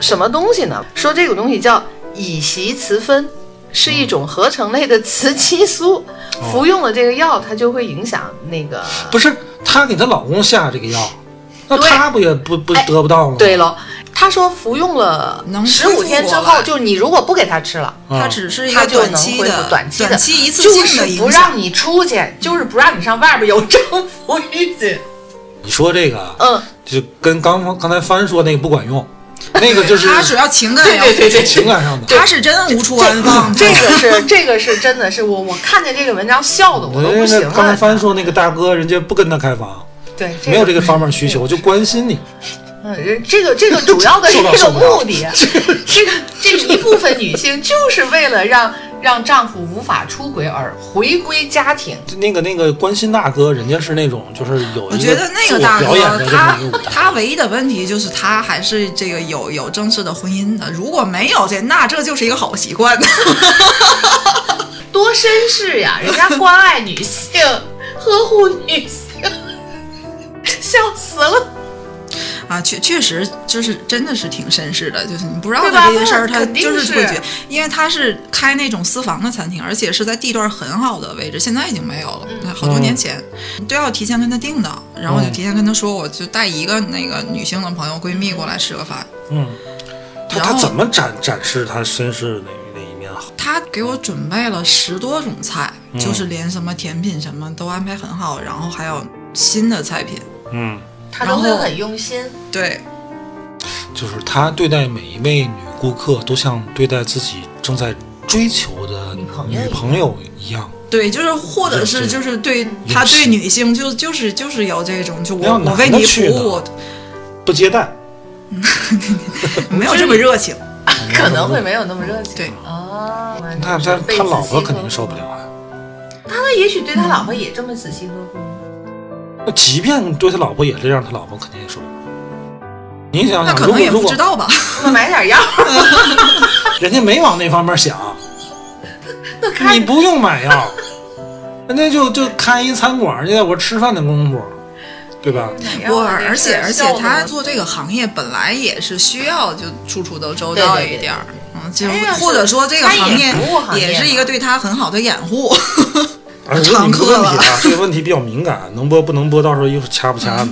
S3: 什么东西呢？说这个东西叫乙烯雌酚，是一种合成类的雌激素，
S1: 嗯哦
S3: 服用了这个药，它就会影响那个。
S1: 不是她给她老公下这个药，那
S3: 对
S1: 她不也不不
S3: 哎
S1: 得不到吗？
S3: 对喽，他说服用了
S2: 哦能
S3: 十
S2: 恢
S3: 五
S2: 复
S3: 天之
S2: 过
S3: 后，
S2: 来
S3: 就你如果不给他吃了，
S1: 啊，
S2: 它只是一
S3: 它
S2: 个
S3: 就
S2: 短
S3: 能
S2: 期
S3: 恢
S2: 的
S3: 复、短期的，
S2: 期一次
S3: 就
S2: 性
S3: 是
S2: 的影响，
S3: 不让你出去，就是不让你上外边有征服欲去。
S1: 你说这个啊，
S3: 嗯，
S1: 就跟刚刚才帆说那个不管用，那个就是
S2: 他主要情感
S3: 对
S2: 要
S3: 对对对，
S1: 情感上的。
S2: 他是真无处安放，
S3: 这个是这个是真的是我我看见这个文章笑的我都不行
S1: 那刚才
S3: 了。
S1: 帆说那个大哥，人家不跟他开房，
S3: 对，
S1: 没有这个方面需求，就关心你。
S3: 嗯，人这个这个主
S2: [laughs]
S3: 要的
S1: 受
S3: 这
S1: 不了
S3: 个
S1: 受不了
S3: 目的，这个这一部分女性就是为了让让丈夫无法出轨而回归家庭。
S1: 那个那个关心大哥，人家是那种就是有
S2: 我
S1: 一
S2: 觉得那
S1: 自
S2: 个
S1: 我
S2: 大
S1: 表演
S2: 哥
S1: 的，这
S2: 他
S1: 么一个舞台，
S2: 他唯一的问题就是他还是这个有有正式的婚姻的，如果没有这，那这就是一个好习惯
S3: 多绅士呀，人家关爱女性， [laughs] 呵护女性， [laughs] 笑死了，
S2: 啊，确确实就是真的是挺绅士的，就是你不知道
S3: 对吧
S2: 他这些事儿，
S3: 那
S2: 他
S3: 肯定
S2: 就是
S3: 是
S2: 会觉得，因为他是开那种私房的餐厅，而且是在地段很好的位置，现在已经没有了，
S3: 嗯
S2: 好多年前都要提前跟他订的，然后我就
S1: 嗯
S2: 提前跟他说，我就带一个那个女性的朋友闺蜜过来吃个饭，
S1: 嗯，他
S2: 然
S1: 他
S2: 后
S1: 怎么展展示他绅士那那一面好？
S2: 他给我准备了十多种菜，就是连什么甜品什么都安排很好，然后还有新的菜品。
S1: 嗯，
S3: 他都会很用心。
S2: 对，
S1: 就是他对待每一位女顾客都像对待自己正在追求的
S3: 女朋友
S1: 女朋友一样，
S2: 对，就是或者是
S1: 对
S2: 就是对他对女性就就是就是有这种，就
S1: 那
S2: 我
S1: 要男
S2: 我为你
S1: 的
S2: 服
S1: 去呢 [laughs]
S2: 务，
S1: 不接
S2: [laughs]
S1: 待。
S2: 我没有这么热情。
S3: 可能会没有那么热情，
S2: 对
S3: 啊。
S1: 那他他老婆肯定受不了。啊呀、
S3: 他也许对他老婆也这么仔细呵
S1: [laughs]
S3: 护。
S1: 那即便对他老婆也这样，他老婆肯定也受不了。你想
S2: 那
S1: 想，
S2: 可
S1: 啊如
S2: 能
S1: 果
S2: 也
S1: 如
S2: 不
S1: 果
S2: 知道吧，
S3: 那买点药，
S1: 人家没往那方面想，
S3: 那看
S1: 你不用买药，人家就就开一餐馆，人家我吃饭的功夫，对吧？
S2: 不，而且而且他做这个行业本来也是需要就处处都周到
S3: 对对对
S2: 一点儿，嗯，就
S3: 哎呀
S2: 或者说这个
S3: 他也
S2: 行业
S3: 服务行业
S2: 也是一个对他很好的掩护。
S1: 啊，这
S2: 常
S1: 你
S2: 客
S1: 个问题
S2: 了
S1: 啊，这个问题比较敏感，能播不能播，到时候又是掐不掐的啊。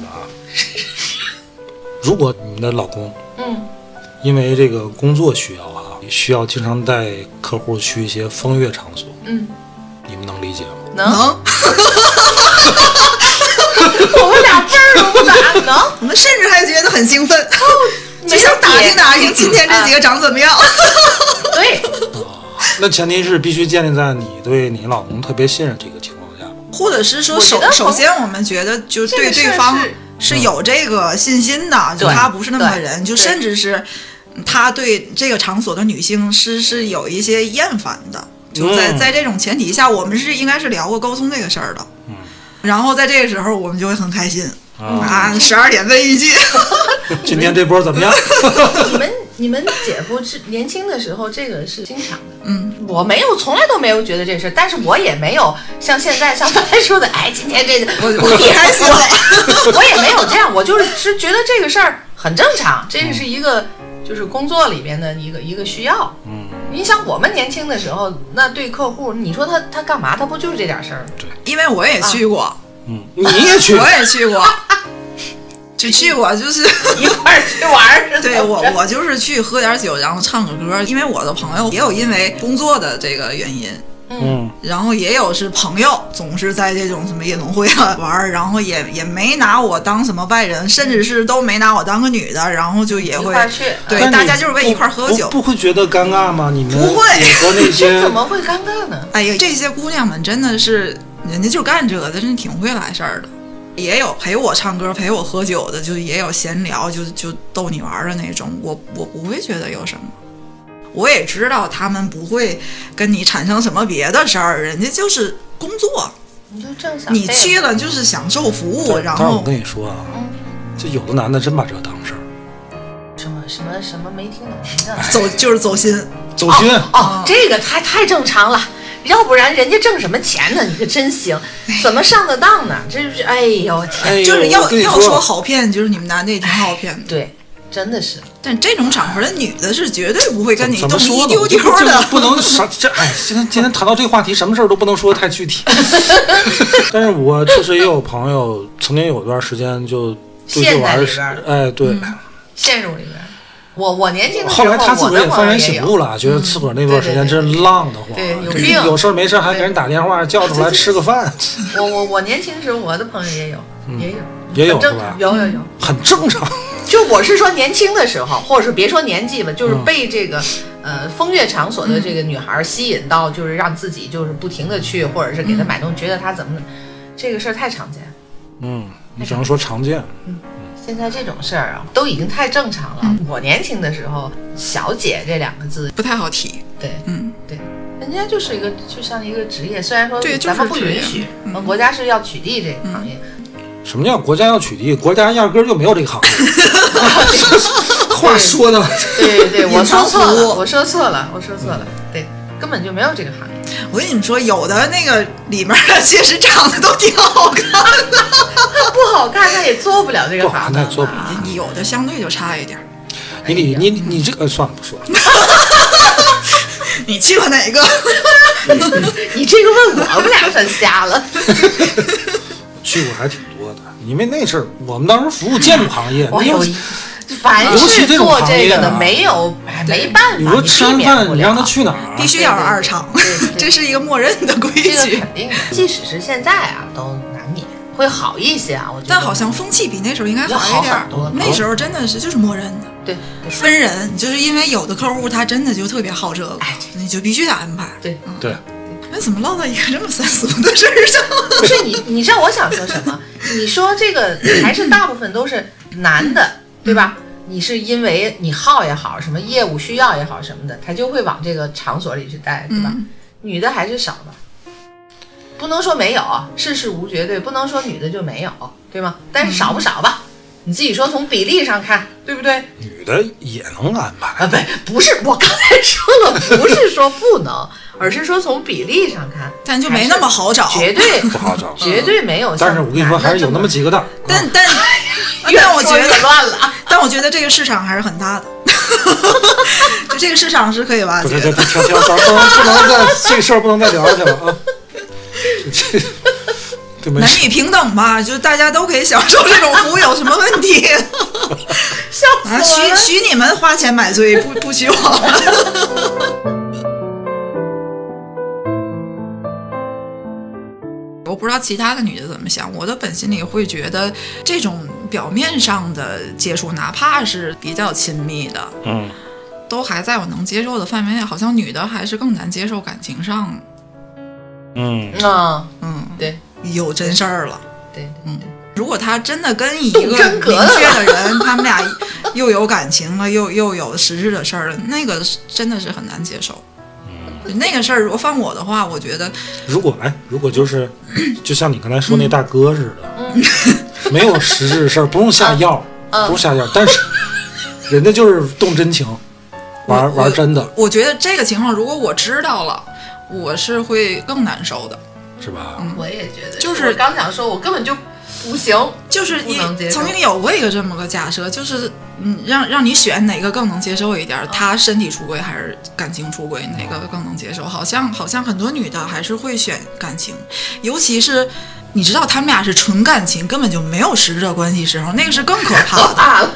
S1: 如果你们的老公
S3: 嗯，
S1: 因为这个工作需要啊，需要经常带客户去一些风月场所，
S3: 嗯， [laughs]
S1: 你们能理解吗？
S3: 能，
S2: 能，
S3: 我们俩字儿都不打，能。
S2: 我们甚至还觉得很兴奋， [laughs] 就
S3: 哦没
S2: 想打
S3: 问题嗯
S2: 听打听今天这几个长怎么样。
S3: 对，
S1: 那前提是必须建立在你对你老公特别信任这个情况下。
S2: 或者是说
S3: 我觉
S2: 首
S3: 得
S2: 首先我们觉得就对对方
S3: 这个事儿
S2: 是有这个信心的，就
S3: 对
S2: 他不是那么个人，
S3: 对
S2: 就甚至是他对这个场所的女性是是有一些厌烦的。就在
S1: 嗯
S2: 在这种前提下，我们是应该是聊过沟通这个事儿的。
S1: 嗯，
S2: 然后在这个时候我们就会很开心
S1: 啊，
S2: 啊，十二点问一句，
S1: 今天这波怎么样？
S3: 你们你们姐夫是年轻的时候，这个是经常的。
S2: 嗯，
S3: 我没有，从来都没有觉得这事儿，但是我也没有像现在 [laughs] 像凡说的，哎，今天这
S2: 我
S3: 我
S2: 我开心了。
S3: [laughs] 我也没有这样，我就是是觉得这个事儿很正常，这个是一个就是工作里面的一个一个需要，
S1: 嗯，
S3: 你想我们年轻的时候，那对客户，你说他他干嘛？他不就是这点事儿吗？
S2: [laughs] 因为我也去过，
S1: 嗯，你也去，
S2: 我也
S1: [laughs]
S2: 去过，就去过，就是 [laughs]
S3: 一块儿去玩儿是
S2: 对我我就是去喝点酒，然后唱个歌。因为我的朋友也有因为工作的这个原因，
S1: 嗯，
S2: 然后也有是朋友总是在这种什么夜总会啊玩儿，然后也也没拿我当什么外人，甚至是都没拿我当个女的，然后就也
S3: 一
S2: 会
S3: 块儿去。呃
S2: 对
S1: 但你
S2: 大家就是为一块儿喝
S1: 不
S2: 酒
S1: 不不会觉得尴尬吗？你们
S2: 不会
S1: 也和那
S2: [laughs]
S3: 这
S1: 些
S3: 怎么会尴尬呢？
S2: 哎呀，这些姑娘们真的是，人家就干这个的，真是挺会来事儿的。也有陪我唱歌、陪我喝酒的，就也有闲聊，就就逗你玩儿的那种。我我不会觉得有什么，我也知道他们不会跟你产生什么别的事儿，人家就是工作，
S3: 你就正想
S2: 你
S3: 这
S2: 去
S3: 个
S2: 了就是享受服务，
S1: 但
S2: 然
S1: 但是我
S2: 后
S1: 跟你说啊，就有的男的真把这当事
S2: 哦
S1: 儿，
S3: 什么什么什么没 [laughs] 听懂呢？
S2: [laughs] 走就是走心。
S1: 走心。
S3: 哦，这个太太正常了，要不然人家挣什么钱呢？你可真行，怎么上的当呢？这是哎呦我天，
S1: 哎呦
S2: 就是
S1: 我
S2: 要
S1: 跟你
S2: 要说好骗，就是你们男的也挺好骗的，
S3: 对，真的是
S2: 但这种场合的女的是绝对不会跟你
S1: 怎
S2: 动
S1: 么
S2: 一
S1: 说呢？
S2: 丢
S1: 我就
S2: 丢
S1: 不
S2: 的。
S1: 不能啥这哎，今天今天谈到这个话题，什么事儿都不能说得太具
S2: [laughs]
S1: 体。但是我确实也有朋友，曾经有一段时间就对这
S3: 陷在
S1: 玩意儿
S3: 里边
S1: 是
S3: 儿，
S1: 哎，对。
S2: 嗯
S3: 陷入里边。我我年 [laughs] 轻的时
S1: 后
S3: 候，
S1: 来他自
S3: 我
S1: 个儿
S3: 的
S1: 也幡
S3: 朋友
S1: 然
S3: 也
S1: 醒
S3: 有。嗯
S1: 悟了，觉得自个儿那段时间真是浪得慌，
S3: 对对对
S1: 这
S3: 对有病
S1: 有事儿没事儿还给人打电话叫出来吃个饭，
S3: 我我我年轻时候，我的朋友也有，也有，
S1: 嗯也有
S3: 很正
S1: 是吧嗯
S3: 常，有有有。
S1: 很正
S3: [laughs]
S1: 常。
S3: 就我是说年轻的时候，或者是别说年纪吧，
S2: 嗯
S3: 就是被这个、呃风月场所的这个女孩儿吸引到，就是让自己就是不停的去，或者是给她买东西，觉得她怎么怎么，这个事儿太常见了。
S1: 嗯，你只能说常见。
S3: 现在这种事儿啊，都已经太正常了。
S2: 嗯
S3: 我年轻的时候，“小姐”这两个字，
S2: [laughs] 不太好提。
S3: 对
S2: 嗯，
S3: 对，人家就是一个就像一个职业，虽然说
S2: 对
S3: 咱们不
S2: 就是职业
S3: 允许，我
S2: 嗯
S3: 们国家是要取缔这个行业，
S1: 什么叫国家要取缔？国家压根儿就没有这个行
S3: [laughs]
S1: 业。话说的，
S3: 对
S2: [laughs]
S3: 对对，我
S2: 隐藏
S3: 说错
S2: 服务嗯
S3: 了，我说错了，我说错了，对，根本就没有这个行业。
S2: 我跟你们说，有的那个里面的确实长得都挺好看，
S3: 啊不好看，他也做不了这个
S1: 不好
S3: 行
S1: 看
S3: 当
S1: 他也做不
S3: 啊
S1: 了
S2: 有的相对就差一点儿。
S1: 你你你你这个呃算了不说了，
S2: 你去过哪个？
S3: 你这个问我，我们俩算瞎
S1: [laughs]
S3: 了。
S1: 去过还挺多的。因为那阵儿我们当时服务建筑行业，
S3: [laughs] 我
S1: 那
S3: 有
S1: 个
S3: 一，凡
S1: 尤
S3: 是
S1: 其这种
S3: 做
S1: 行
S3: 这
S1: 业
S3: 个的
S1: 啊
S3: 没有，哎没办法，
S1: 你说吃完
S3: 避免
S1: 饭
S3: 不
S1: 你
S3: 了
S1: 让他去哪儿啊？
S2: 必须要有二场
S3: 对 [laughs] 对，对
S2: 这是一个默认的规
S3: 这个
S2: 矩。
S3: 肯定的，即使是现在啊，都难免会好一些啊。我觉得，
S2: 但好像风气比那时候应该一点
S3: 要好很多
S2: 儿，那时候真的是就是默认的。
S3: 对
S2: 分人，就是因为有的客户他真的就特别好这个
S3: 哎，
S2: 你就必须得安排。
S3: 对，
S1: 对，
S2: 那怎么落到一个这么三俗的事儿上？ [laughs]
S3: 不是你，你知道我想说什么？你说这个还是大部分都是男的，对吧？你是因为你好也好，什么业务需要也好什么的，他就会往这个场所里去带，对吧？女的还是少吧，不能说没有，世事无绝对，不能说女的就没有，对吗？但是少不少吧，你自己说从比例上看，对不对？
S1: 女的也能安排。
S3: 啊，不，不是，我刚才说了，不是说不能，而是说从比例上看，
S2: 但就没那么好找。
S3: 绝对
S1: 不好找，嗯
S3: 绝对没有像
S1: 但是我跟你说，
S3: 男的
S1: 还是有那么几个的。嗯
S2: 但但
S3: 这么
S2: 但我觉
S3: 哎越
S2: 得
S3: 说
S2: [laughs]
S3: 越乱了啊。
S2: 但我觉得这个市场还是很大的， [laughs] 就这个市场是可以挖
S1: 不
S2: 掘
S1: 是，
S2: 的。
S1: 这这停停，咱不能不能再这个事儿不能再聊下去了啊！这这对没
S2: 男女平等吧，就是大家都可以享受这种服务，有什么问 [laughs] 题？
S3: 笑死
S2: 啊，
S3: 我
S2: 许
S3: 了！
S2: 许你们花钱买醉，不不许我。 [laughs] 我不知道其他的女的怎么想，我的本心里会觉得，这种表面上的接触，哪怕是比较亲密的，
S1: 嗯，
S2: 都还在我能接受的范围内，好像女的还是更难接受感情上，
S1: 嗯，
S3: 啊，
S2: 嗯，
S3: 对
S2: 有真事儿了。
S3: 对对
S2: 嗯，如果他真的跟一个明
S3: 动真格了
S2: 确的人，他们俩又有感情了， [laughs] 又又有实质的事儿了，那个是真的是很难接受。那个事儿，如果放我的话，我觉得
S1: 如果哎，如果就是就像你刚才说那大哥似的，没有实质事儿，不用下药，不用下药，但是人家就是动真情，玩玩真的，
S2: 我觉得这个情况，如果我知道了，我是会更难受的。
S1: 是吧？
S3: 嗯我也觉得，
S2: 就是
S3: 我刚想说，我根本就不行，
S2: 就是
S3: 不
S2: 你
S3: 能接受
S2: 曾经有过一个这么个假设，就是嗯，让让你选哪个更能接受一点儿，
S3: 嗯
S2: 他身体出轨还是感情出轨，哪个更能接受？好像好像很多女的还是会选感情，尤其是你知道他们俩是纯感情，根本就没有实质关系时候，那个是更可怕
S3: 可
S2: 的。
S3: 怕了。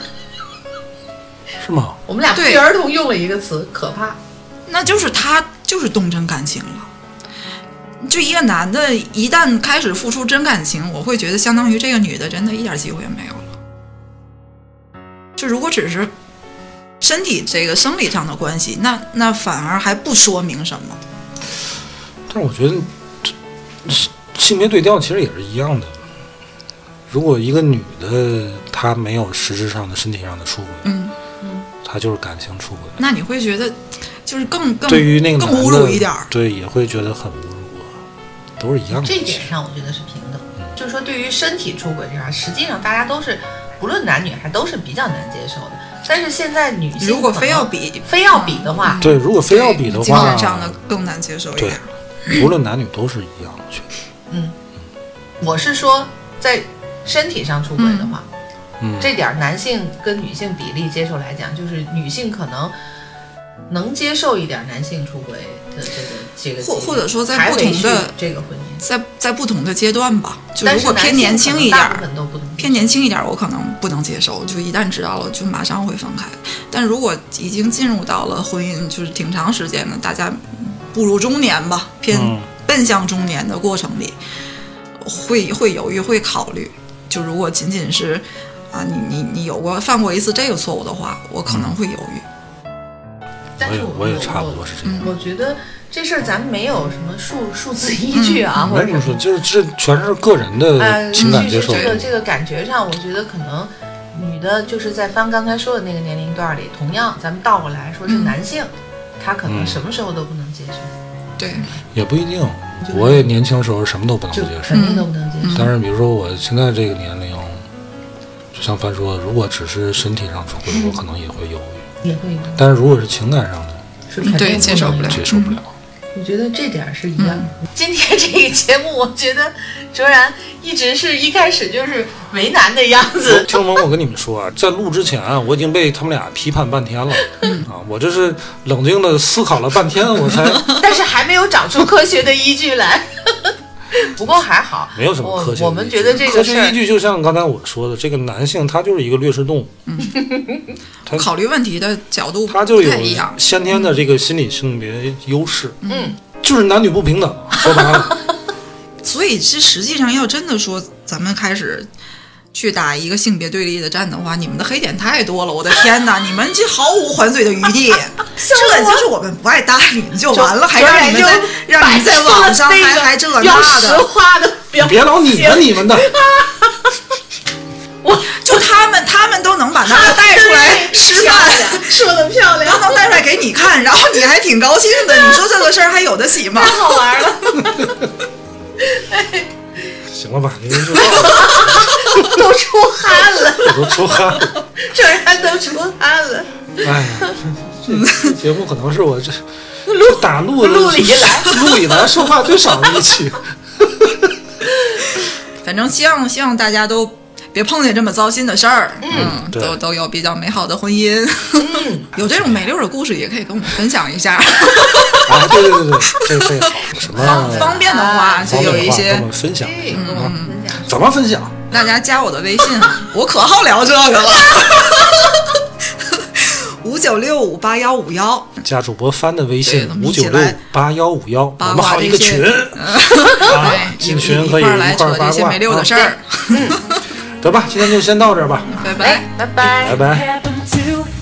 S1: 是吗？
S3: 我们俩
S2: 对
S3: 对儿童用了一个词，可怕。
S2: 那就是他就是动真感情了。就一个男的，一旦开始付出真感情，我会觉得相当于这个女的真的一点机会也没有了。就如果只是身体这个生理上的关系，那那反而还不说明什么。
S1: 但是我觉得这这性别对调其实也是一样的。如果一个女的她没有实质上的身体上的出轨，
S2: 嗯，
S1: 她就是感情出轨。
S2: 那你会觉得就是更更
S1: 对于那个
S2: 更
S1: 男的
S2: 侮辱一点儿。
S1: 对，也会觉得很侮辱啊，都是一样的。
S3: 这一
S1: 其实
S3: 点上我觉得是平等，就是说对于身体出轨这块儿，实际上大家都是不论男女还都是比较难接受的。但是现在女性
S2: 如果
S3: 可能
S2: 非要比，嗯
S3: 非要比的话，
S1: 对，如果非要比的
S2: 精
S1: 话
S2: 神，上的更难接受一点儿。
S1: 无论男女都是一样，我觉得。
S3: 我是说在身体上出轨的话，
S1: 嗯，
S3: 这点儿男性跟女性比例接受来讲，就是女性可能能接受一点儿男性出轨的这个这个
S2: 或
S3: 几率
S2: 或者说在
S3: 还
S2: 不同
S3: 维续
S2: 的
S3: 这个婚姻，
S2: 在在不同的阶段吧，就
S3: 但
S2: 如
S3: 是
S2: 果
S3: 男
S2: 偏
S3: 性
S2: 年
S3: 可
S2: 轻
S3: 能
S2: 一点
S3: 大
S2: 儿
S3: 部，分都不能
S2: 偏年轻一点，我可能不能接受，就一旦知道了，就马上会分开。但如果已经进入到了婚姻，就是挺长时间的，大家步入中年吧，偏
S1: 嗯
S2: 奔向中年的过程里，会会犹豫，会考虑。就如果仅仅是啊，你你你有过犯过一次这个错误的话，我可
S1: 嗯
S2: 能会犹豫。
S3: 但
S1: 我
S3: 是
S1: 也
S3: 我
S1: 我也
S3: 我
S1: 差不
S3: 我
S1: 多是这
S2: 嗯
S1: 样。
S3: 我觉得这事儿咱没有什么数数字依据
S2: 嗯
S3: 啊，或
S1: 没
S3: 者
S1: 怎么说，就是这全是个人的
S3: 呃，
S1: 情感接
S3: 就是
S1: 受
S3: 这个
S1: 度。
S3: 这个感觉上，我觉得可能女的就是在翻刚才说的那个年龄段里，同样咱们倒过来说是
S2: 嗯
S3: 男性，他可能
S1: 嗯
S3: 什么时候都不能接受，
S2: 对，
S1: 也不一定。
S3: 就是
S1: 我也年轻时候什么都不能接
S3: 就
S1: 受，
S3: 肯定都不能接
S2: 嗯
S3: 受。
S1: 但是比如说我现在这个年龄，就像凡说，如果只是身体上出轨，我可能也会犹豫。
S3: 也会有，
S1: 但是如果是情感上的，
S3: 是肯定
S2: 嗯对
S3: 不
S2: 接受
S3: 能
S2: 不了嗯
S3: 有
S1: 接受不了。
S3: 我觉得这点儿是一样的。今天这个节目，我觉得卓然一直是一开始就是为难的样子，
S1: 听众们，我跟你们说啊，在录之前啊，我已经被他们俩批判半天
S3: [laughs]
S1: 了啊！我这是冷静的思考了半天，我
S3: [laughs]
S1: 才
S3: 但是还没有找出科学的依据来。 [laughs] 不过还好，
S1: 没有什么科学依据。
S3: 我我们觉得这
S1: 科
S3: 个事
S1: 学
S3: 儿
S1: 依据就像刚才我说的，这个男性他就是一个掠食动物，他
S2: 考虑问题的角度
S1: 他
S2: 不
S1: 就
S2: 太一样
S1: 有。先天的这个心理性别优势，
S3: 嗯，
S1: 就是男女不平等。说白了，
S3: [laughs]
S2: 所以是实际上要真的说，咱们开始去打一个性别对立的战的话，你们的黑点太多了，我的天哪，你们这毫无还嘴的余地，这就是我们不爱搭理你们就完了，还让你们在让你们在网
S3: [laughs]
S2: 上还还这那
S3: 要实
S2: 的，
S3: 话的表
S1: 你别老你们你们的，
S2: 就他们他们都能把他们带出来吃饭。
S3: [laughs] 说的漂
S2: 都
S3: 亮，
S2: 能带出来给你看，然后你还挺高兴的。你说这个事儿还有得洗吗？
S3: 太好玩了。
S1: 行了吧？你们就我
S3: 都出汗
S2: [laughs]
S3: 了，
S1: 都出汗
S3: [laughs]
S1: 了。
S3: 这人都出汗了，
S1: 哎呀，这这这节目可能是我这录打录
S3: 录了以来
S1: 录以来说话最少的一期。
S2: 反正希望希望大家都别碰见这么糟心的事儿，嗯，
S1: 对
S2: 都都有比较美好的婚姻， [laughs] 有这种没溜儿的故事也可以跟我们分享一下，
S1: 啊，对对对对，这这好什么
S3: 方
S2: 方便的话
S3: 啊
S2: 就有
S1: 哎
S2: 一
S1: 方便的话
S2: 些嗯
S1: 跟我们分享一下
S3: 这个我
S1: 啊，
S3: 们分享。
S1: 怎么分享？
S2: 大家加我的微信，我可好聊这个了，五九六五八幺五幺，
S1: 加主播帆的微
S2: 对
S1: 信
S2: 我们
S1: 五
S2: 一起
S1: 九六
S2: 来
S1: 八幺五幺，
S2: 八卦嗯
S1: 我们好一个群，啊
S2: [laughs] 对，
S1: 进
S2: 一
S1: 群
S2: 嗯一
S1: 可以
S2: 块儿来
S1: 一块
S2: 扯
S1: 儿八
S2: 这些
S1: 卦
S2: 没溜的事
S1: 啊
S2: 儿，
S1: 得吧？今天就先到这儿吧，
S2: 拜拜
S3: 哎。，拜
S1: 拜
S3: 拜
S1: 拜。
S4: happened to